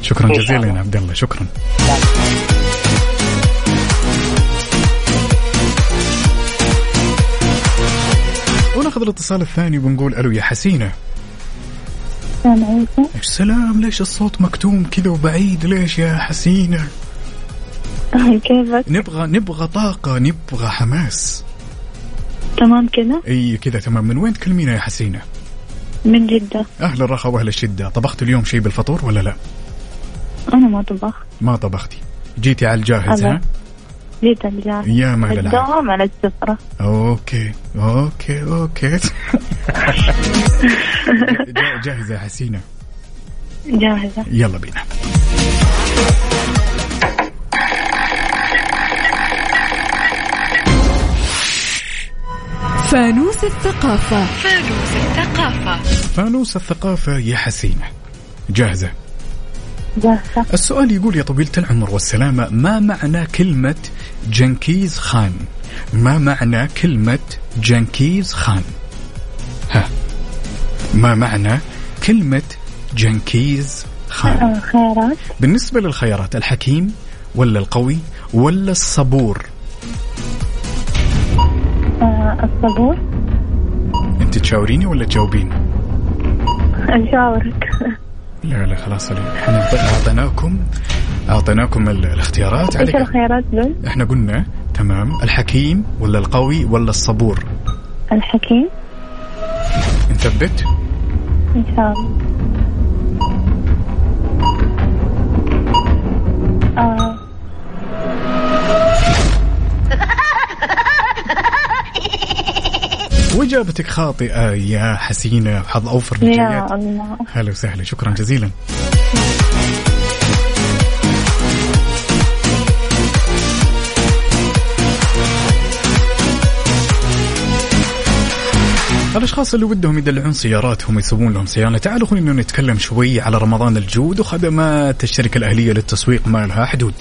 شكرا
إن شاء
جزيلا
الله.
يا عبد الله شكرا وناخذ الاتصال الثاني ونقول الو يا حسينه
السلام عليكم
السلام ليش الصوت مكتوم كذا وبعيد ليش يا حسينه
آه، كيفك؟
نبغى نبغى طاقه نبغى حماس
تمام كذا؟
اي كذا تمام من وين تكلمينا يا حسينه
من جدة
اهل الرخاء واهل الشده طبخت اليوم شيء بالفطور ولا لا
أنا ما طبخت
ما طبختي جيتي على الجاهز ها
أبد. جيت الجار
يا ما أيوة، بالعافية.
الدوام على السفرة
اوكي اوكي اوكي جا- جاهزه يا حسينه
جاهزة
يلا بينا
فانوس الثقافة فانوس الثقافة
فانوس الثقافه يا حسينه جاهزه
جاهزة
السؤال يقول يا طويلة العمر والسلامة ما معنى كلمة جنكيز خان؟ ما معنى كلمة جنكيز خان؟ ها ما معنى كلمة جنكيز خان؟
آه، خيارات
بالنسبة للخيارات الحكيم ولا القوي ولا الصبور؟
آه، الصبور
أنت تشاوريني ولا تجاوبين؟
أشاورك
لا لا خلاص احنا أعطيناكم أعطيناكم ال- الاختيارات
إيش
عليك
الخيارات دول؟
احنا قلنا تمام الحكيم ولا القوي ولا الصبور؟
الحكيم
نثبت؟
إن شاء الله آه،
واجابتك خاطئه يا حسينه حظ اوفر بالجيات
يا الله
هلا وسهلا شكرا جزيلا الاشخاص اللي ودهم يدلعون سياراتهم يسوون لهم صيانه تعالوا خلينا نتكلم شوي على رمضان الجود وخدمات الشركه الاهليه للتسويق ما لها حدود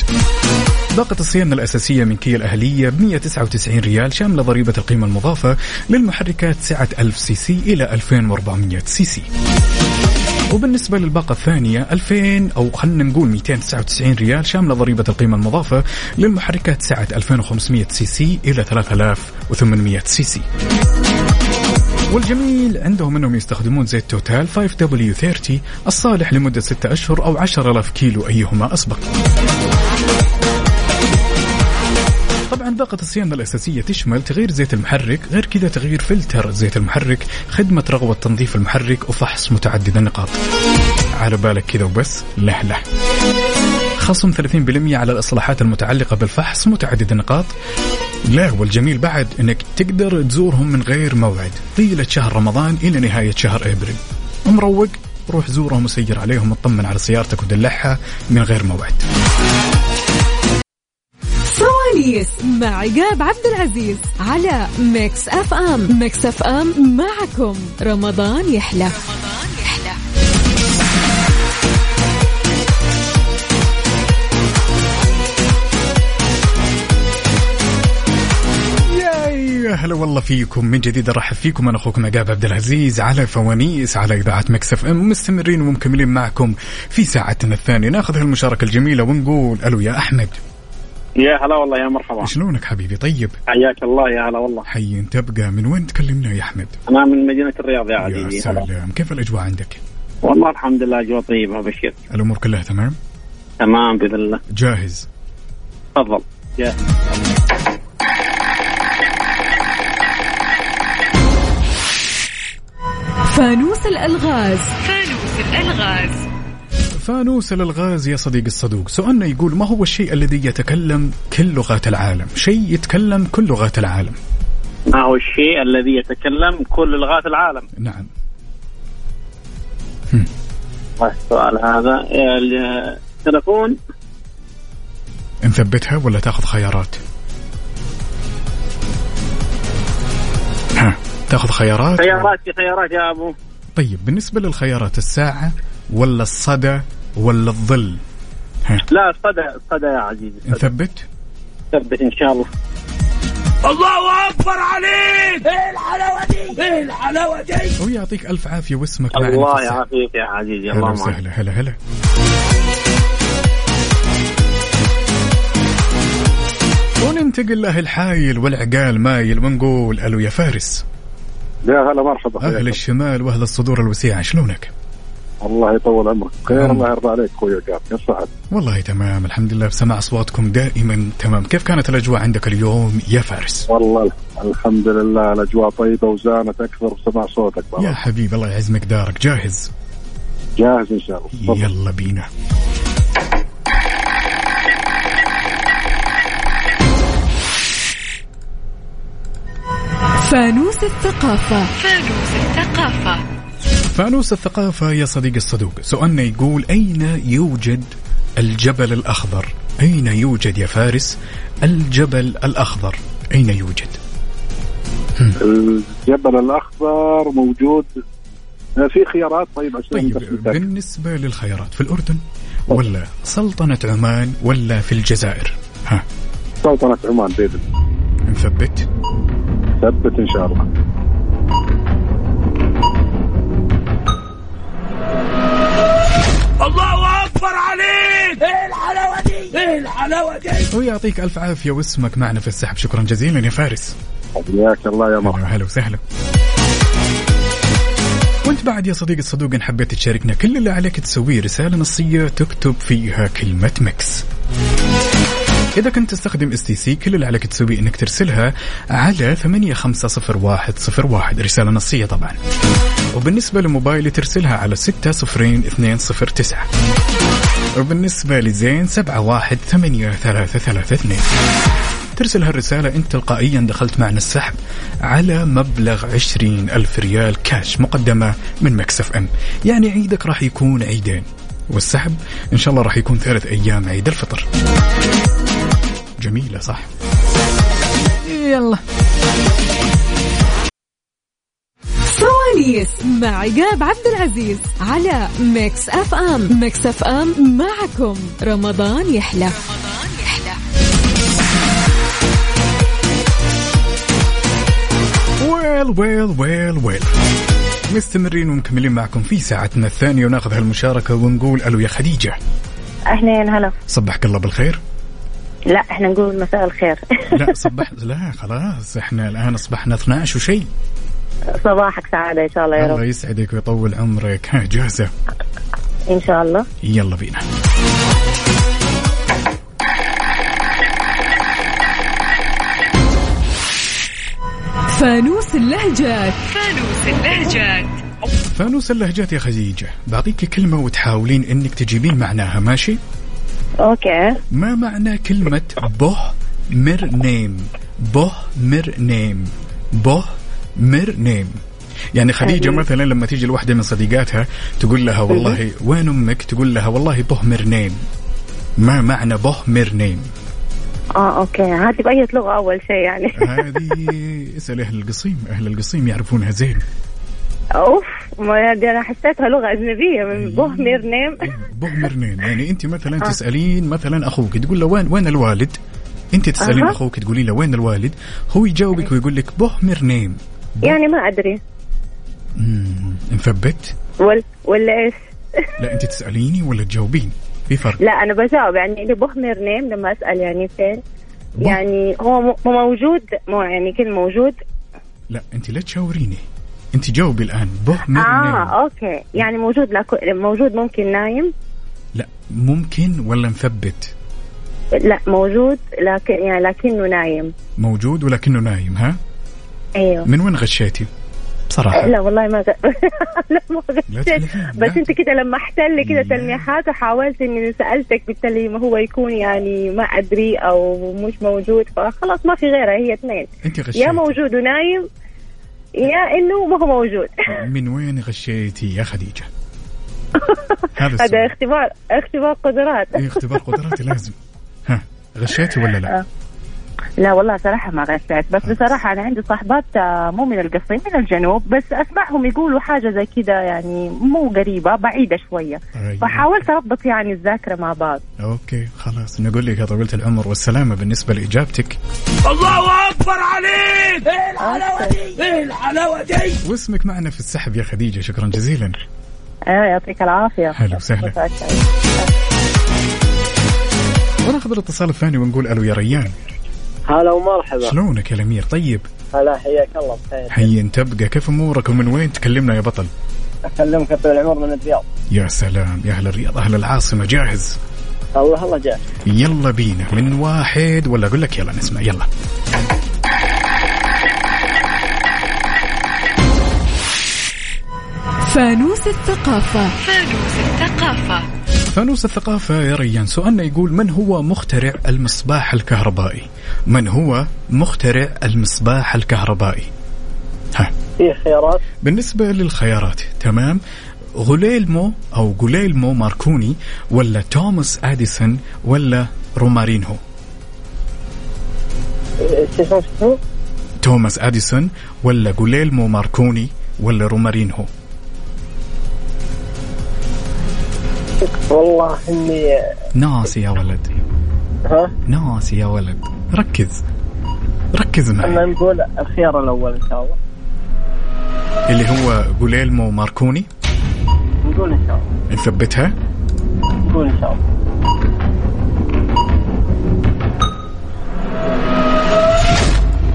باقة الصيانة الأساسية من كيا الأهلية ب 199 ريال شاملة ضريبة القيمة المضافة للمحركات سعة 1000 سي سي إلى 2400 سي سي وبالنسبة للباقة الثانية 2000 أو خلينا نقول 299 ريال شاملة ضريبة القيمة المضافة للمحركات سعة 2500 سي سي إلى 3800 سي سي والجميل عندهم انهم يستخدمون زيت توتال 5W30 الصالح لمدة 6 اشهر او 10000 كيلو ايهما اسبق. طبعا باقة الصيانة الأساسية تشمل تغيير زيت المحرك غير كذا تغيير فلتر زيت المحرك خدمة رغوة تنظيف المحرك وفحص متعدد النقاط على بالك كذا وبس لا لا خصم 30% على الإصلاحات المتعلقة بالفحص متعدد النقاط لا والجميل بعد أنك تقدر تزورهم من غير موعد طيلة شهر رمضان إلى نهاية شهر أبريل ومروق روح زورهم وسير عليهم وطمن على سيارتك ودلعها من غير موعد
فرونيس مع عقاب عبد العزيز على ميكس اف ام ميكس اف ام معكم رمضان يحلى
يا هلا والله فيكم من جديد ارحب فيكم انا اخوكم عقاب عبد العزيز على فوانيس على اذاعه مكسف ام مستمرين ومكملين معكم في ساعتنا الثانيه ناخذ هالمشاركه الجميله ونقول الو يا احمد
يا هلا والله يا مرحبا
شلونك حبيبي طيب
حياك الله يا هلا والله
حي تبقى من وين تكلمنا يا احمد
انا من مدينه الرياض يا
يا
عزيزي هلا.
سلام كيف الاجواء عندك
والله الحمد لله اجواء طيبه بشير
الامور كلها تمام
تمام باذن الله
جاهز
تفضل يا
فانوس الألغاز فانوس الألغاز
فانوس الالغاز يا صديقي الصدوق سؤالنا يقول ما هو الشيء الذي يتكلم كل لغات العالم شيء يتكلم كل لغات العالم
ما هو الشيء الذي يتكلم كل لغات العالم
نعم
السؤال هذا ال- التلفون
نثبتها ولا تاخذ خيارات ها تاخذ خيارات
خيارات في خيارات يا ابو
طيب بالنسبة للخيارات الساعة ولا الصدى ولا الظل
لا الصدى الصدى يا عزيزي
إيه. نثبت
ثبت ان شاء الله
الله اكبر عليك ايه الحلاوه دي ايه الحلاوه دي
ويعطيك ألف عافية واسمك معنا في
الله
السحب.
يعافيك يا عزيزي
هلا
الله معك
وسهلا هلا هلا وننتقل له الحايل والعقال مايل ونقول الو يا فارس
يا هلا مرحبا
اهل
حياك
الشمال واهل الصدور الوسيعه شلونك؟
الله يطول عمرك
عمرك.
خير الله يرضى عليك اخوي عقاب كيف صحتك؟
والله تمام الحمد لله بسمع اصواتكم دائما تمام كيف كانت الاجواء عندك اليوم يا فارس؟
والله الح- الحمد لله الاجواء طيبه وزانت اكثر بسمع صوتك بقى.
يا حبيبي الله يعز مقدارك جاهز؟
جاهز ان شاء الله
يلا بينا
فانوس الثقافة فانوس الثقافة
فانوس الثقافة يا صديقي الصدوق سؤالنا يقول أين يوجد الجبل الأخضر أين يوجد يا فارس الجبل الأخضر أين يوجد
الجبل الاخضر موجود آه، في خيارات طيب عشان
طيب
تثبتك.
بالنسبة للخيارات في الأردن ولا سلطنة عمان ولا في الجزائر ها
سلطنه عمان باذن الله.
نثبت
ثبت ان شاء الله
الله اكبر عليك ايه الحلاوه دي ايه الحلاوه دي
ويعطيك ألف عافية واسمك معنا في السحب شكرا جزيلا يا فارس
حياك الله يا مرحبا
هلا وسهلا وانت بعد يا صديقي الصدوق ان حبيت تشاركنا كل اللي عليك تسويه رساله نصيه تكتب فيها كلمه مكس إذا كنت تستخدم اس تي سي كل اللي عليك تسويه إنك ترسلها على 850101 رسالة نصية طبعا وبالنسبة لموبايلي ترسلها على 60209 وبالنسبة لزين 718332 ترسل هالرسالة أنت تلقائيا دخلت معنا السحب على مبلغ 20 ألف ريال كاش مقدمة من مكسف أم يعني عيدك راح يكون عيدين والسحب إن شاء الله راح يكون ثلاث أيام عيد الفطر جميلة صح يلا
سواليس مع عقاب عبد العزيز على ميكس اف ام ميكس اف ام معكم رمضان يحلى
ويل ويل ويل ويل مستمرين ومكملين معكم في ساعتنا الثانية وناخذ هالمشاركة ونقول ألو يا خديجة
اهلين هلا
صبحك الله بالخير
لا احنا نقول مساء الخير
لا صبح لا خلاص احنا الآن أصبحنا 12 وشي
صباحك سعاده ان شاء الله يا
الله
رب
يسعدك ويطول عمرك ها جاهزة
ان شاء الله
يلا بينا
فانوس اللهجات فانوس اللهجات
فانوس اللهجات يا خديجة بعطيك كلمة وتحاولين انك تجيبين معناها ماشي
اوكي
ما معنى كلمة بوه مر نيم بوه مر نيم بوه مر نيم يعني خديجة
أيوة.
مثلا لما تيجي لوحدة من صديقاتها تقول لها والله وين أمك تقول لها والله بوه مر نيم ما معنى بوه مر نيم
اه اوكي هاتي باي لغه اول شيء يعني
هذه اسأل أهل القصيم أهل القصيم يعرفونها زين
اوف ما دي انا حسيتها لغه اجنبيه من بوهمير نيم
بغمرنين يعني انت مثلا
آه.
تسالين مثلا اخوك تقول له وين وين الوالد انت تسالين
أها.
اخوك تقولي له وين الوالد هو يجاوبك ويقول لك بغمرنين
يعني ما ادري
مم، نثبت
ولا ولا ايش
لا انت تساليني ولا تجاوبين في فرق
لا انا بجاوب يعني اللي بخمر نيم لما اسال يعني فين يعني هو م- موجود مو يعني كل موجود
لا انت لا تشاوريني انت جاوبي الان بهمر نايم.
اه اوكي يعني موجود لكن موجود ممكن نايم
لا ممكن ولا مثبت
لا موجود لكن يعني لكنه نايم
موجود ولكنه نايم ها
ايوه
من وين غشيتي بصراحه
لا والله ما غ... لا ما غشيت
نعم.
بس انت كده لمحت لي كده تلميحات وحاولت اني سالتك بالتالي ما هو يكون يعني ما ادري او مش موجود فخلاص ما في غيرها هي اثنين
انت غشيتي
يا موجود ونايم يا انه ما هو موجود
من وين غشيتي يا خديجه هذا
هذا
السؤال
اختبار اختبار قدرات
ايه اختبار قدراتي لازم ها غشيتي ولا لا
آه. لا والله صراحة ما غشيت بس
آه.
بصراحة أنا عندي صاحبات آه، مو من القصيم من الجنوب بس أسمعهم يقولوا حاجة زي كذا يعني مو قريبة بعيدة شوية
أيوة.
فحاولت أربط يعني الذاكرة مع بعض
اوكي خلاص نقول لك يا طويله العمر والسلامه بالنسبه لاجابتك
الله اكبر عليك ايه الحلاوه دي ايه الحلاوه دي
واسمك معنا في السحب يا خديجه شكرا جزيلا
آه يعطيك العافية
هلا وسهلا وناخذ الاتصال الثاني ونقول الو يا ريان
هلا ومرحبا
شلونك يا الامير طيب
هلا حياك الله بخير
حي انت تبقى كيف امورك ومن وين تكلمنا يا بطل
اكلمك يا طويل العمر من الرياض
يا سلام يا اهل الرياض اهل العاصمه جاهز
الله الله جاهز
يلا بينا من واحد ولا اقول لك يلا نسمع يلا
فانوس الثقافة فانوس الثقافة
فانوس الثقافة يا ريان سؤالنا يقول من هو مخترع المصباح الكهربائي من هو مخترع المصباح الكهربائي
في خيارات
بالنسبة للخيارات تمام غوليلمو أو غوليلمو ماركوني ولا توماس أديسون ولا رومارينهو
شو اسمه؟
توماس أديسون ولا غوليلمو ماركوني ولا رومارينهو
والله اني
ناسي يا ولد
ها
ناسي يا ولد ركز ركز معي
اما نقول الخيار الاول ان شاء الله
اللي هو غوليلمو ماركوني
نقول ان شاء الله
نثبتها
نقول ان شاء الله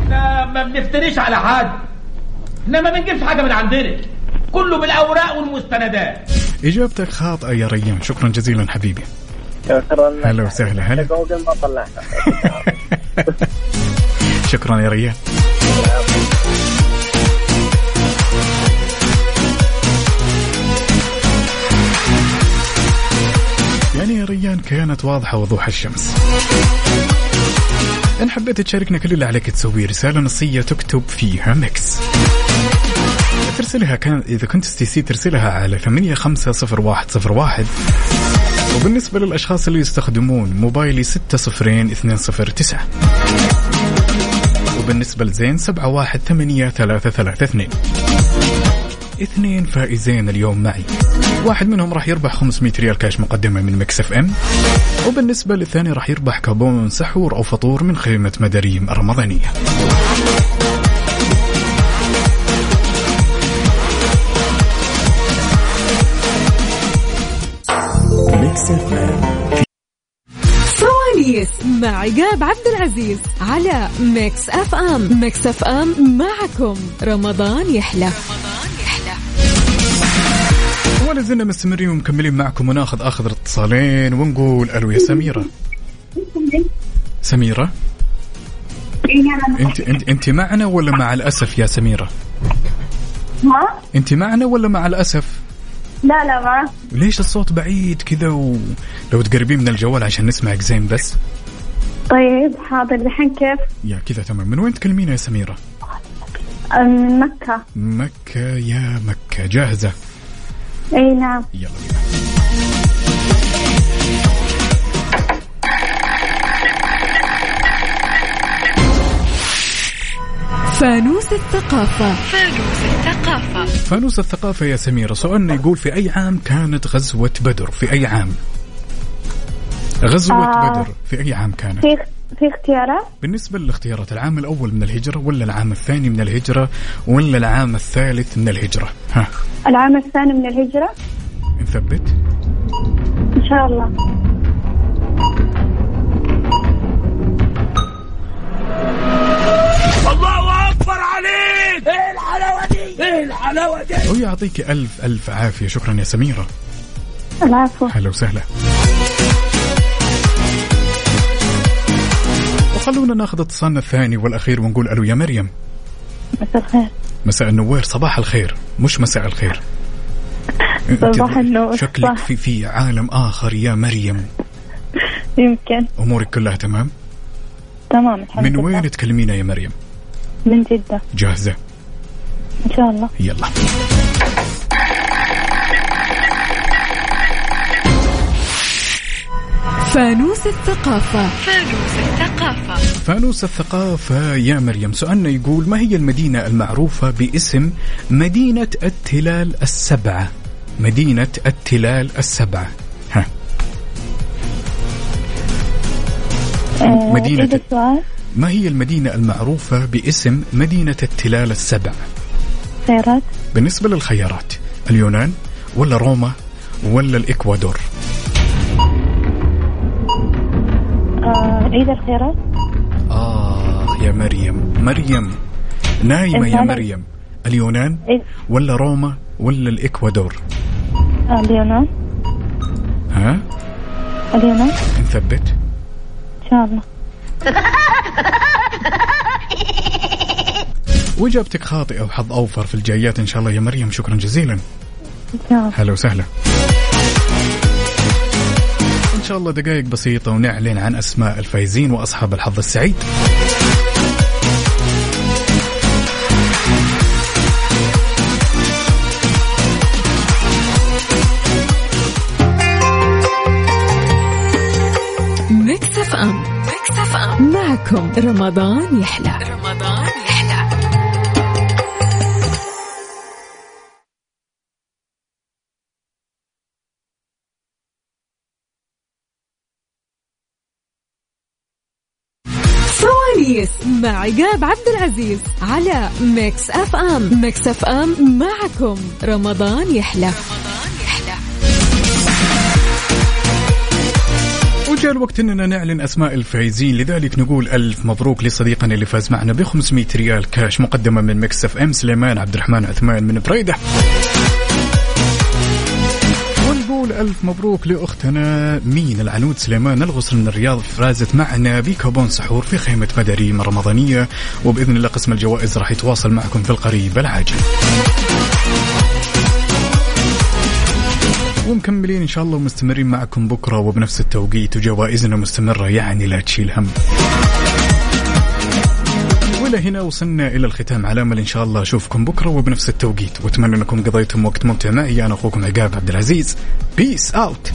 لا ما بنفتريش على حد احنا ما بنجيبش حاجة من عندنا كله بالأوراق والمستندات
إجابتك خاطئة يا ريان شكرا جزيلا حبيبي
شكرا
هلا وسهلا هلا
جوجل ما طلعها
شكرا يا ريان يعني يا ريان كانت واضحة وضوح الشمس إن حبيت تشاركنا كل اللي عليك تسويه رسالة نصية تكتب فيها ميكس ترسلها كان إذا كنت اس تي سي ترسلها على 850101 وبالنسبة للأشخاص اللي يستخدمون موبايلي 60209 وبالنسبة لزين 718332 اثنين فائزين اليوم معي واحد منهم راح يربح 500 ريال كاش مقدمة من مكس اف ام وبالنسبة للثاني راح يربح كابون سحور أو فطور من خيمة مداريم رمضانية
ميكس اف ام
فرونيس مع عقاب عبد العزيز على ميكس اف ام ميكس اف ام معكم رمضان يحلى
ولا زلنا مستمرين ومكملين معكم وناخذ اخذ الاتصالين ونقول الو يا سميرة سميرة انت انت انت معنا ولا مع الاسف يا سميرة
ما
انت معنا ولا مع الاسف
لا لا ما
ليش الصوت بعيد كذا ولو تقربين من الجوال عشان نسمعك زين بس
طيب حاضر دحين كيف
يا كذا تمام من وين تكلمينا يا سميرة
آه، من مكة
مكة يا مكة جاهزة
اي نعم
يلا
فانوس الثقافة فانوس الثقافة
فانوس الثقافة يا سميرة سؤالنا يقول في أي عام كانت غزوة بدر في أي عام غزوة
آه.
بدر في أي عام كانت
في في اختيارات
بالنسبة للاختيارات العام الأول من الهجرة ولا العام الثاني من الهجرة ولا العام الثالث من الهجرة ها
العام الثاني من الهجرة
نثبت
ان شاء الله
الحلاوه دي
ويعطيك ألف ألف عافية شكرا يا سميرة
العفو
هلا وسهلا وخلونا ناخذ اتصالنا الثاني والأخير ونقول ألو يا مريم
مساء الخير
مساء النوير صباح الخير مش مساء الخير أنت
صباح النور
شكلك
صح
في في عالم آخر يا مريم
يمكن
أمورك كلها تمام
تمام الحمد
من
لله
وين تكلمينا يا مريم
من جدة
جاهزة
إن شاء الله
يلا
فانوس الثقافة فانوس الثقافة
فانوس الثقافة يا مريم سؤالنا يقول ما هي المدينة المعروفة باسم مدينة التلال السبعة مدينة التلال السبعة ها
آه،
مدينة-
إيه السؤال
ما هي المدينة المعروفة باسم مدينة التلال السبع
خيرات
بالنسبة للخيارات اليونان ولا روما ولا الإكوادور
آه، عيد الخيرات
آه يا مريم مريم نايمة يا
الهلال.
مريم اليونان
إيه
ولا روما ولا الإكوادور
آه، اليونان
ها
اليونان
نثبت
إن شاء الله
وإجابتك خاطئة وحظ أوفر في الجايات إن شاء الله يا مريم شكرا جزيلا
إن شاء الله
هلا وسهلا إن شاء الله دقائق بسيطة ونعلن عن أسماء الفايزين وأصحاب الحظ السعيد
ميكس اف ام ميكس اف ام معكم رمضان يحلى رمضان يحلى فوانيس مع عقاب عبد العزيز على ميكس اف ام ميكس اف ام معكم رمضان يحلى
وجاء الوقت اننا نعلن اسماء الفائزين لذلك نقول الف مبروك لصديقنا اللي فاز معنا ب 500 ريال كاش مقدمه من مكس اف ام سليمان عبد الرحمن عثمان من بريده ونقول الف مبروك لاختنا مين العنود سليمان الغصن من الرياض فازت معنا بكوبون سحور في خيمه مداريم رمضانيه وباذن الله قسم الجوائز راح يتواصل معكم في القريب العاجل ومكملين ان شاء الله ومستمرين معكم بكره وبنفس التوقيت وجوائزنا مستمره يعني لا تشيل هم. والى هنا وصلنا الى الختام على امل ان شاء الله اشوفكم بكره وبنفس التوقيت واتمنى انكم قضيتم وقت ممتع معي انا اخوكم عقاب عبد العزيز بيس اوت.